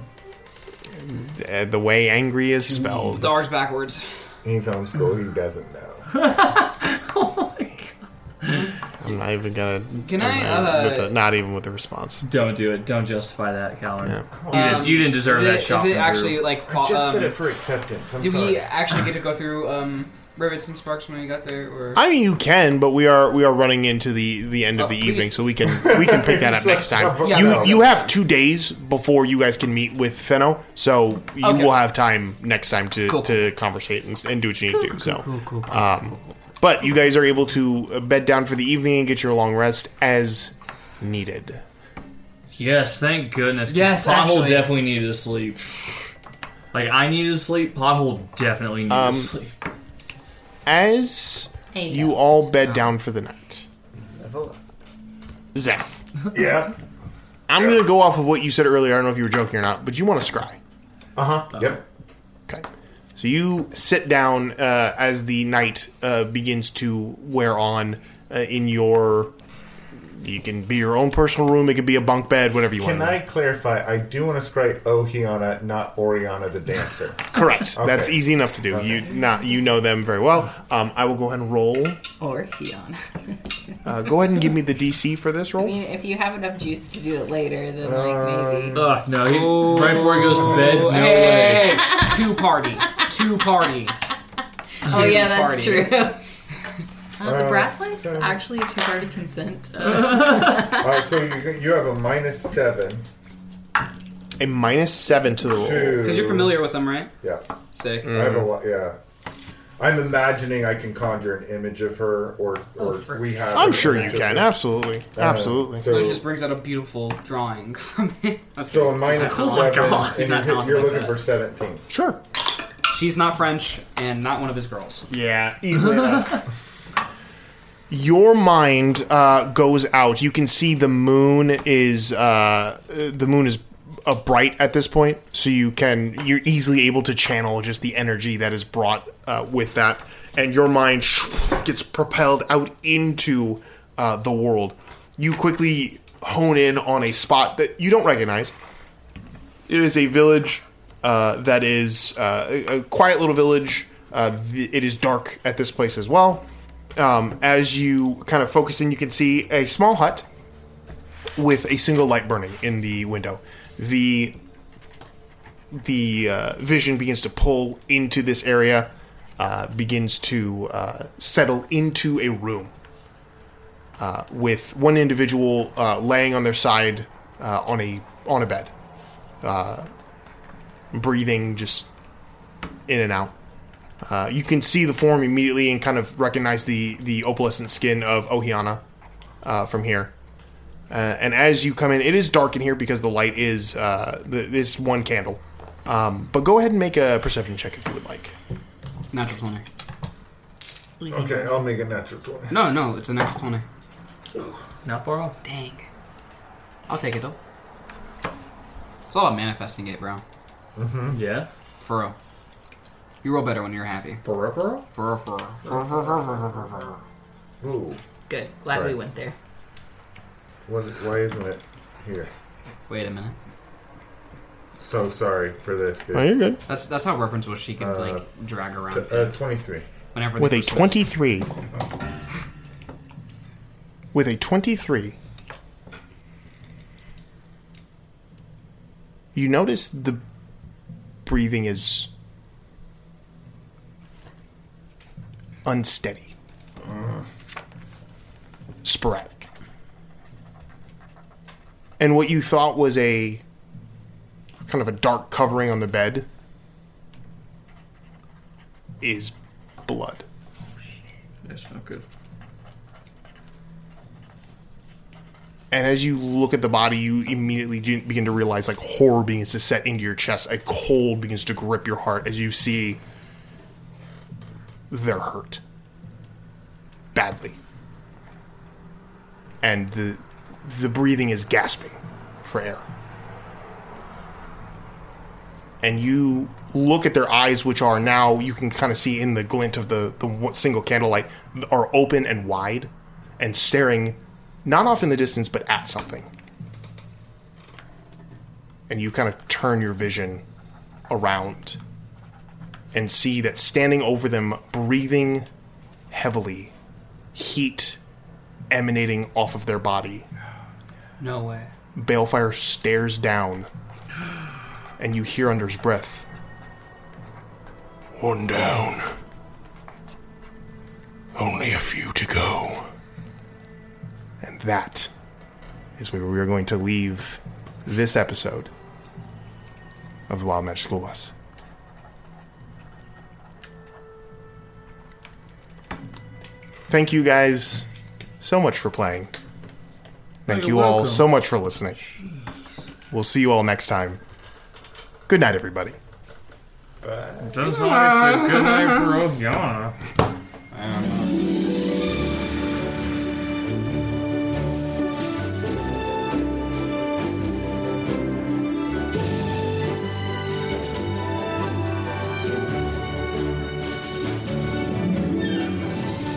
Speaker 2: uh, the way angry is spelled?
Speaker 5: The R's backwards.
Speaker 2: Anytime school, he doesn't know. I'm not even gonna.
Speaker 5: Can
Speaker 2: I'm
Speaker 5: I,
Speaker 2: not even
Speaker 5: uh,
Speaker 2: with the- not even with the response.
Speaker 4: Don't do it. Don't justify that, Callan. You,
Speaker 5: Um,
Speaker 4: didn't, you didn't deserve
Speaker 5: is it-
Speaker 4: that shot.
Speaker 5: Is it
Speaker 4: Nabu.
Speaker 5: actually like? um,
Speaker 4: I just said it
Speaker 3: for acceptance.
Speaker 5: do we actually get to go through um, rivets and sparks when we got there, or
Speaker 2: I mean, you can, but we are we are running into the the end of the evening, so we can we can pick that up next time.
Speaker 5: Uh, Yeah,
Speaker 2: you
Speaker 5: no.
Speaker 2: you have two days before you guys can meet with Fenno, so you
Speaker 5: Okay.
Speaker 2: will have time next time to to conversate and, and do what you need to. So, um, but you guys are able to bed down for the evening and get your long rest as needed.
Speaker 4: Yes, thank goodness.
Speaker 2: Yes,
Speaker 4: Pothole
Speaker 2: actually.
Speaker 4: definitely needed to sleep. Like I needed to sleep. Pothole definitely needed
Speaker 2: Um,
Speaker 4: to sleep.
Speaker 2: As you all bed down for the night, Zeph.
Speaker 3: Yeah.
Speaker 2: I'm gonna go off of what you said earlier. I don't know if you were joking or not, but you want to
Speaker 3: Uh
Speaker 2: scry.
Speaker 5: Oh.
Speaker 3: huh. Yep.
Speaker 2: So you sit down uh, as the night uh, begins to wear on uh, in your. You can be your own personal room. It could be a bunk bed, whatever you
Speaker 3: Can
Speaker 2: want.
Speaker 3: I clarify? I do want to strike Ohiana, not Oriana the dancer.
Speaker 2: Correct.
Speaker 3: Okay.
Speaker 2: That's e- easy enough to do. You not you know them very well. Um, I will go ahead and roll.
Speaker 7: Or Keon.
Speaker 2: Uh, go ahead and give me the DC for this
Speaker 7: I
Speaker 2: roll.
Speaker 7: mean, if you have enough juice to do it later, then
Speaker 3: Uh,
Speaker 7: like maybe. Oh.
Speaker 4: Ugh, no. He, right before he goes to bed. No
Speaker 5: hey,
Speaker 4: way.
Speaker 5: two party, two party.
Speaker 7: Oh yeah, that's
Speaker 5: Party.
Speaker 7: true.
Speaker 3: Uh,
Speaker 7: the bracelets
Speaker 3: so-
Speaker 7: actually a two-party consent.
Speaker 3: uh, so you, you have a minus seven.
Speaker 2: A minus seven to the roll.
Speaker 5: Because you're familiar with them, right?
Speaker 3: Yeah.
Speaker 5: Sick.
Speaker 3: I
Speaker 2: Mm.
Speaker 3: have a lot. Yeah. I'm imagining I can conjure an image of her, or,
Speaker 5: Oh,
Speaker 3: or we have.
Speaker 2: I'm
Speaker 3: an
Speaker 2: sure you
Speaker 3: image of
Speaker 2: can.
Speaker 3: her.
Speaker 2: Absolutely.
Speaker 3: Uh,
Speaker 2: Absolutely.
Speaker 5: So it just brings out a beautiful drawing.
Speaker 3: So a minus
Speaker 5: Oh my
Speaker 3: seven,
Speaker 5: God, he's
Speaker 3: and
Speaker 5: not
Speaker 3: you're,
Speaker 5: talented
Speaker 3: you're
Speaker 5: like
Speaker 3: looking
Speaker 5: that.
Speaker 3: for seventeen.
Speaker 2: Sure.
Speaker 5: She's not French and not one of his girls.
Speaker 2: Yeah, easily enough. your mind uh, goes out. You can see the moon is uh, the moon is uh, bright at this point, so you can you're easily able to channel just the energy that is brought uh, with that, and your mind gets propelled out into uh, the world. You quickly hone in on a spot that you don't recognize. It is a village uh, that is uh, a, a quiet little village. Uh, th- it is dark at this place as well. Um, as you kind of focus in, you can see a small hut with a single light burning in the window. The the uh, vision begins to pull into this area, uh, begins to uh, settle into a room uh, with one individual uh, laying on their side uh, on a on a bed, uh, breathing just in and out. Uh, you can see the form immediately and kind of recognize the the opalescent skin of Ohiana uh, from here. Uh, and as you come in, it is dark in here because the light is uh, the, this one candle. Um, but go ahead and make a perception check if you would like.
Speaker 5: Natural twenty.
Speaker 3: Okay, I'll make a natural twenty.
Speaker 5: No, no, it's a natural twenty.
Speaker 4: Not far off.
Speaker 5: Dang. I'll take it though. It's all about manifesting it, bro.
Speaker 3: Mm-hmm.
Speaker 4: Mhm. Yeah.
Speaker 5: For real. You roll better when you're happy.
Speaker 4: For real, for real?
Speaker 5: For real, for real. For real, for real, for real, for real,
Speaker 3: for real. Ooh.
Speaker 7: Good. Glad we
Speaker 3: Right.
Speaker 7: went there.
Speaker 3: What, why isn't it here?
Speaker 5: Wait a minute.
Speaker 3: So sorry for this. dude.
Speaker 2: Oh, you're good.
Speaker 5: That's that's how referenceable she can
Speaker 3: Uh,
Speaker 5: like drag around.
Speaker 3: T- uh, Twenty-three.
Speaker 5: Whenever
Speaker 2: With
Speaker 5: they
Speaker 2: a
Speaker 5: first-
Speaker 2: 23. With a 23. You notice the breathing is unsteady, sporadic. And what you thought was a kind of a dark covering on the bed is blood.
Speaker 4: That's not good.
Speaker 2: And as you look at the body, you immediately do- begin to realize like horror begins to set into your chest. A cold begins to grip your heart as you see they're hurt badly, and the the breathing is gasping for air. and you look at their eyes, which are now you can kind of see in the glint of the the one- single candlelight are open and wide, and staring, not off in the distance, but at something. And you kind of turn your vision around and see that standing over them, breathing heavily, heat emanating off of their body.
Speaker 5: No way.
Speaker 2: Balefire stares down, and you hear under his breath,
Speaker 19: One down. Only a few to go.
Speaker 2: and that is where we are going to leave this episode of the Wild Magic School Bus. Thank you guys so much for playing. Thank
Speaker 19: You're
Speaker 2: you all
Speaker 19: welcome.
Speaker 2: so much for listening. We'll see you all next time. Good night, everybody.
Speaker 4: Doesn't sound like it's a good night for old Yana.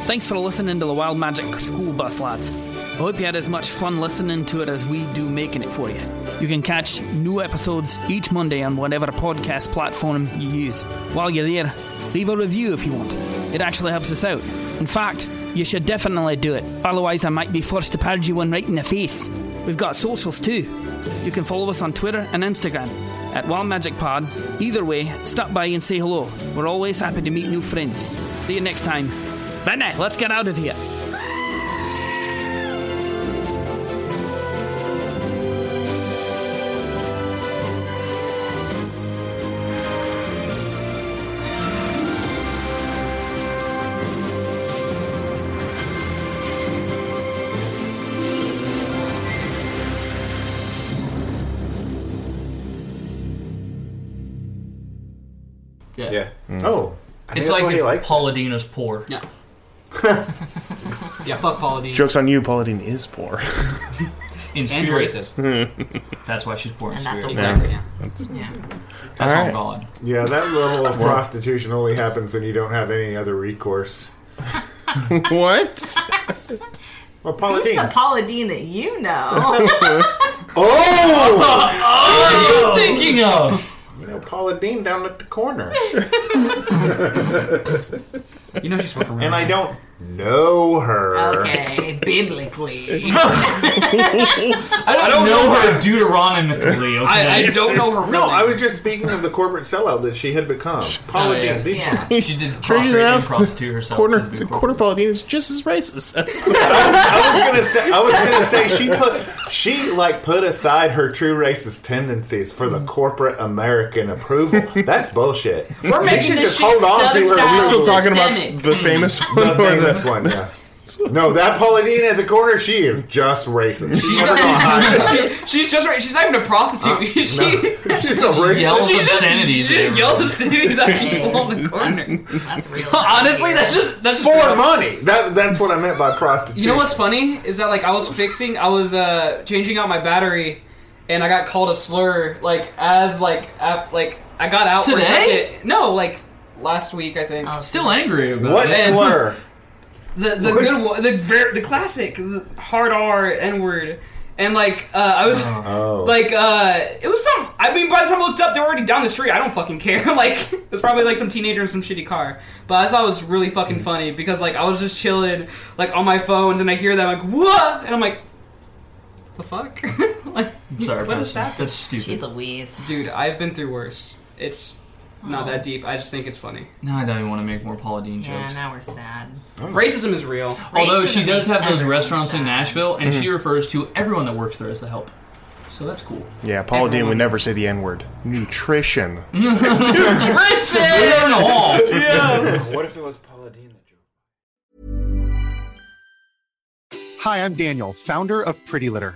Speaker 1: Thanks for listening to the Wild Magic School Bus, lads. I hope you had as much fun listening to it as we do making it for you. You can catch new episodes each Monday on whatever podcast platform you use. While you're there, leave a review if you want. It actually helps us out. In fact, you should definitely do it, otherwise, I might be forced to pound you one right in the face. We've got socials too. You can follow us on Twitter and Instagram at Wild Magic Pod. Either way, stop by and say hello. We're always happy to meet new friends. See you next time. Vene, let's get out of here.
Speaker 4: Yeah.
Speaker 17: Oh. I think
Speaker 4: It's
Speaker 17: that's
Speaker 4: like
Speaker 17: why he
Speaker 4: if
Speaker 17: likes it.
Speaker 4: Paulina's poor.
Speaker 20: Yeah. yeah, fuck Paula Dean.
Speaker 2: Joke's on you, Paladin is poor.
Speaker 4: In
Speaker 20: And
Speaker 4: spirit.
Speaker 2: that's why she's poor
Speaker 4: in And that's spirit. exactly-
Speaker 20: yeah.
Speaker 2: That's,
Speaker 7: yeah.
Speaker 9: That's
Speaker 2: all
Speaker 9: all
Speaker 2: God.
Speaker 9: Yeah, that level of
Speaker 2: Well-
Speaker 9: prostitution only happens when you don't have any other recourse.
Speaker 2: what?
Speaker 9: Well, Paula
Speaker 7: Who's
Speaker 9: Dean.
Speaker 7: the Paula Dean that you know?
Speaker 9: oh!
Speaker 7: What are you thinking
Speaker 4: of?
Speaker 9: You know, Paula Dean down at the corner.
Speaker 4: you know she's fucking around.
Speaker 9: And I don't know her.
Speaker 7: okay, biblically.
Speaker 4: I don't, know, her deuteronomically. Okay?
Speaker 9: No, I was just speaking of the corporate sellout that she had become.
Speaker 2: Oh,
Speaker 9: Paula
Speaker 4: Oh, yeah.
Speaker 9: Dean. the-
Speaker 4: she did
Speaker 9: Changes
Speaker 4: prostrate and
Speaker 9: enough,
Speaker 4: prostitute herself.
Speaker 9: corner-
Speaker 4: to be
Speaker 9: the
Speaker 4: poor.
Speaker 2: Quarter Paladin is just as racist. That's
Speaker 9: I was gonna say. I was gonna say she put she like put aside her true racist tendencies for
Speaker 5: Mm.
Speaker 9: the corporate American approval. That's bullshit.
Speaker 7: We're
Speaker 9: They
Speaker 7: making
Speaker 9: should
Speaker 7: this
Speaker 9: just
Speaker 7: shit
Speaker 9: hold on to
Speaker 7: Southern
Speaker 9: her.
Speaker 7: style
Speaker 9: approval.
Speaker 7: We're still talking about systemic.
Speaker 5: Mm.
Speaker 7: the famous
Speaker 9: the
Speaker 7: one or the-
Speaker 9: famous one. Yeah. No, that Pauline at the corner, she is just racist. She's never gonna hide it.
Speaker 5: She- she's just right. She's not even a prostitute.
Speaker 9: Uh,
Speaker 5: she,
Speaker 9: no. She's a racist.
Speaker 5: She just-
Speaker 9: Obscenities
Speaker 5: She just
Speaker 9: at
Speaker 5: yells
Speaker 9: everyone.
Speaker 5: obscenities at people on the corner.
Speaker 7: That's real.
Speaker 5: Honestly, that's just that's just
Speaker 9: for money. That that's what I meant by prostitution.
Speaker 5: You know what's funny is that like I was fixing, I was uh changing out my battery, and I got called a slur. Like as like ap- like I got out for a
Speaker 4: Today?
Speaker 5: second. No, like last week I think.
Speaker 4: Still angry about
Speaker 5: What
Speaker 4: it.
Speaker 5: slur? The the good one, the ver- the classic the hard R N word, and like uh, I was
Speaker 4: Oh.
Speaker 9: Oh.
Speaker 5: like uh it was some. I mean, by the time I looked up, they were already down the street. I don't fucking care. like it was probably like some teenager in some shitty car. But I thought it was really fucking
Speaker 4: Mm.
Speaker 5: funny because like I was just chilling like on my phone, and then I hear that I'm like what, and I'm like. The fuck? like,
Speaker 4: I'm sorry,
Speaker 5: what is
Speaker 4: Preston.
Speaker 5: that?
Speaker 4: That's stupid. She's a
Speaker 7: wheeze.
Speaker 5: Dude, I've been through worse. It's not that deep. I just think it's funny.
Speaker 4: No, I don't even want to make more Paula Deen jokes. Oh.
Speaker 7: we're sad.
Speaker 5: Racism is real.
Speaker 4: Although she does have those
Speaker 5: Racism is
Speaker 4: restaurants in Nashville, and
Speaker 2: Mhm.
Speaker 4: she refers to everyone that works there as the help. So that's cool.
Speaker 2: Yeah, Paula Dean
Speaker 4: Everyone-
Speaker 2: would never say the N word. Nutrition.
Speaker 4: Nutrition!
Speaker 17: What if it was Paula Dean?
Speaker 21: Hi, I'm Daniel, founder of Pretty Litter.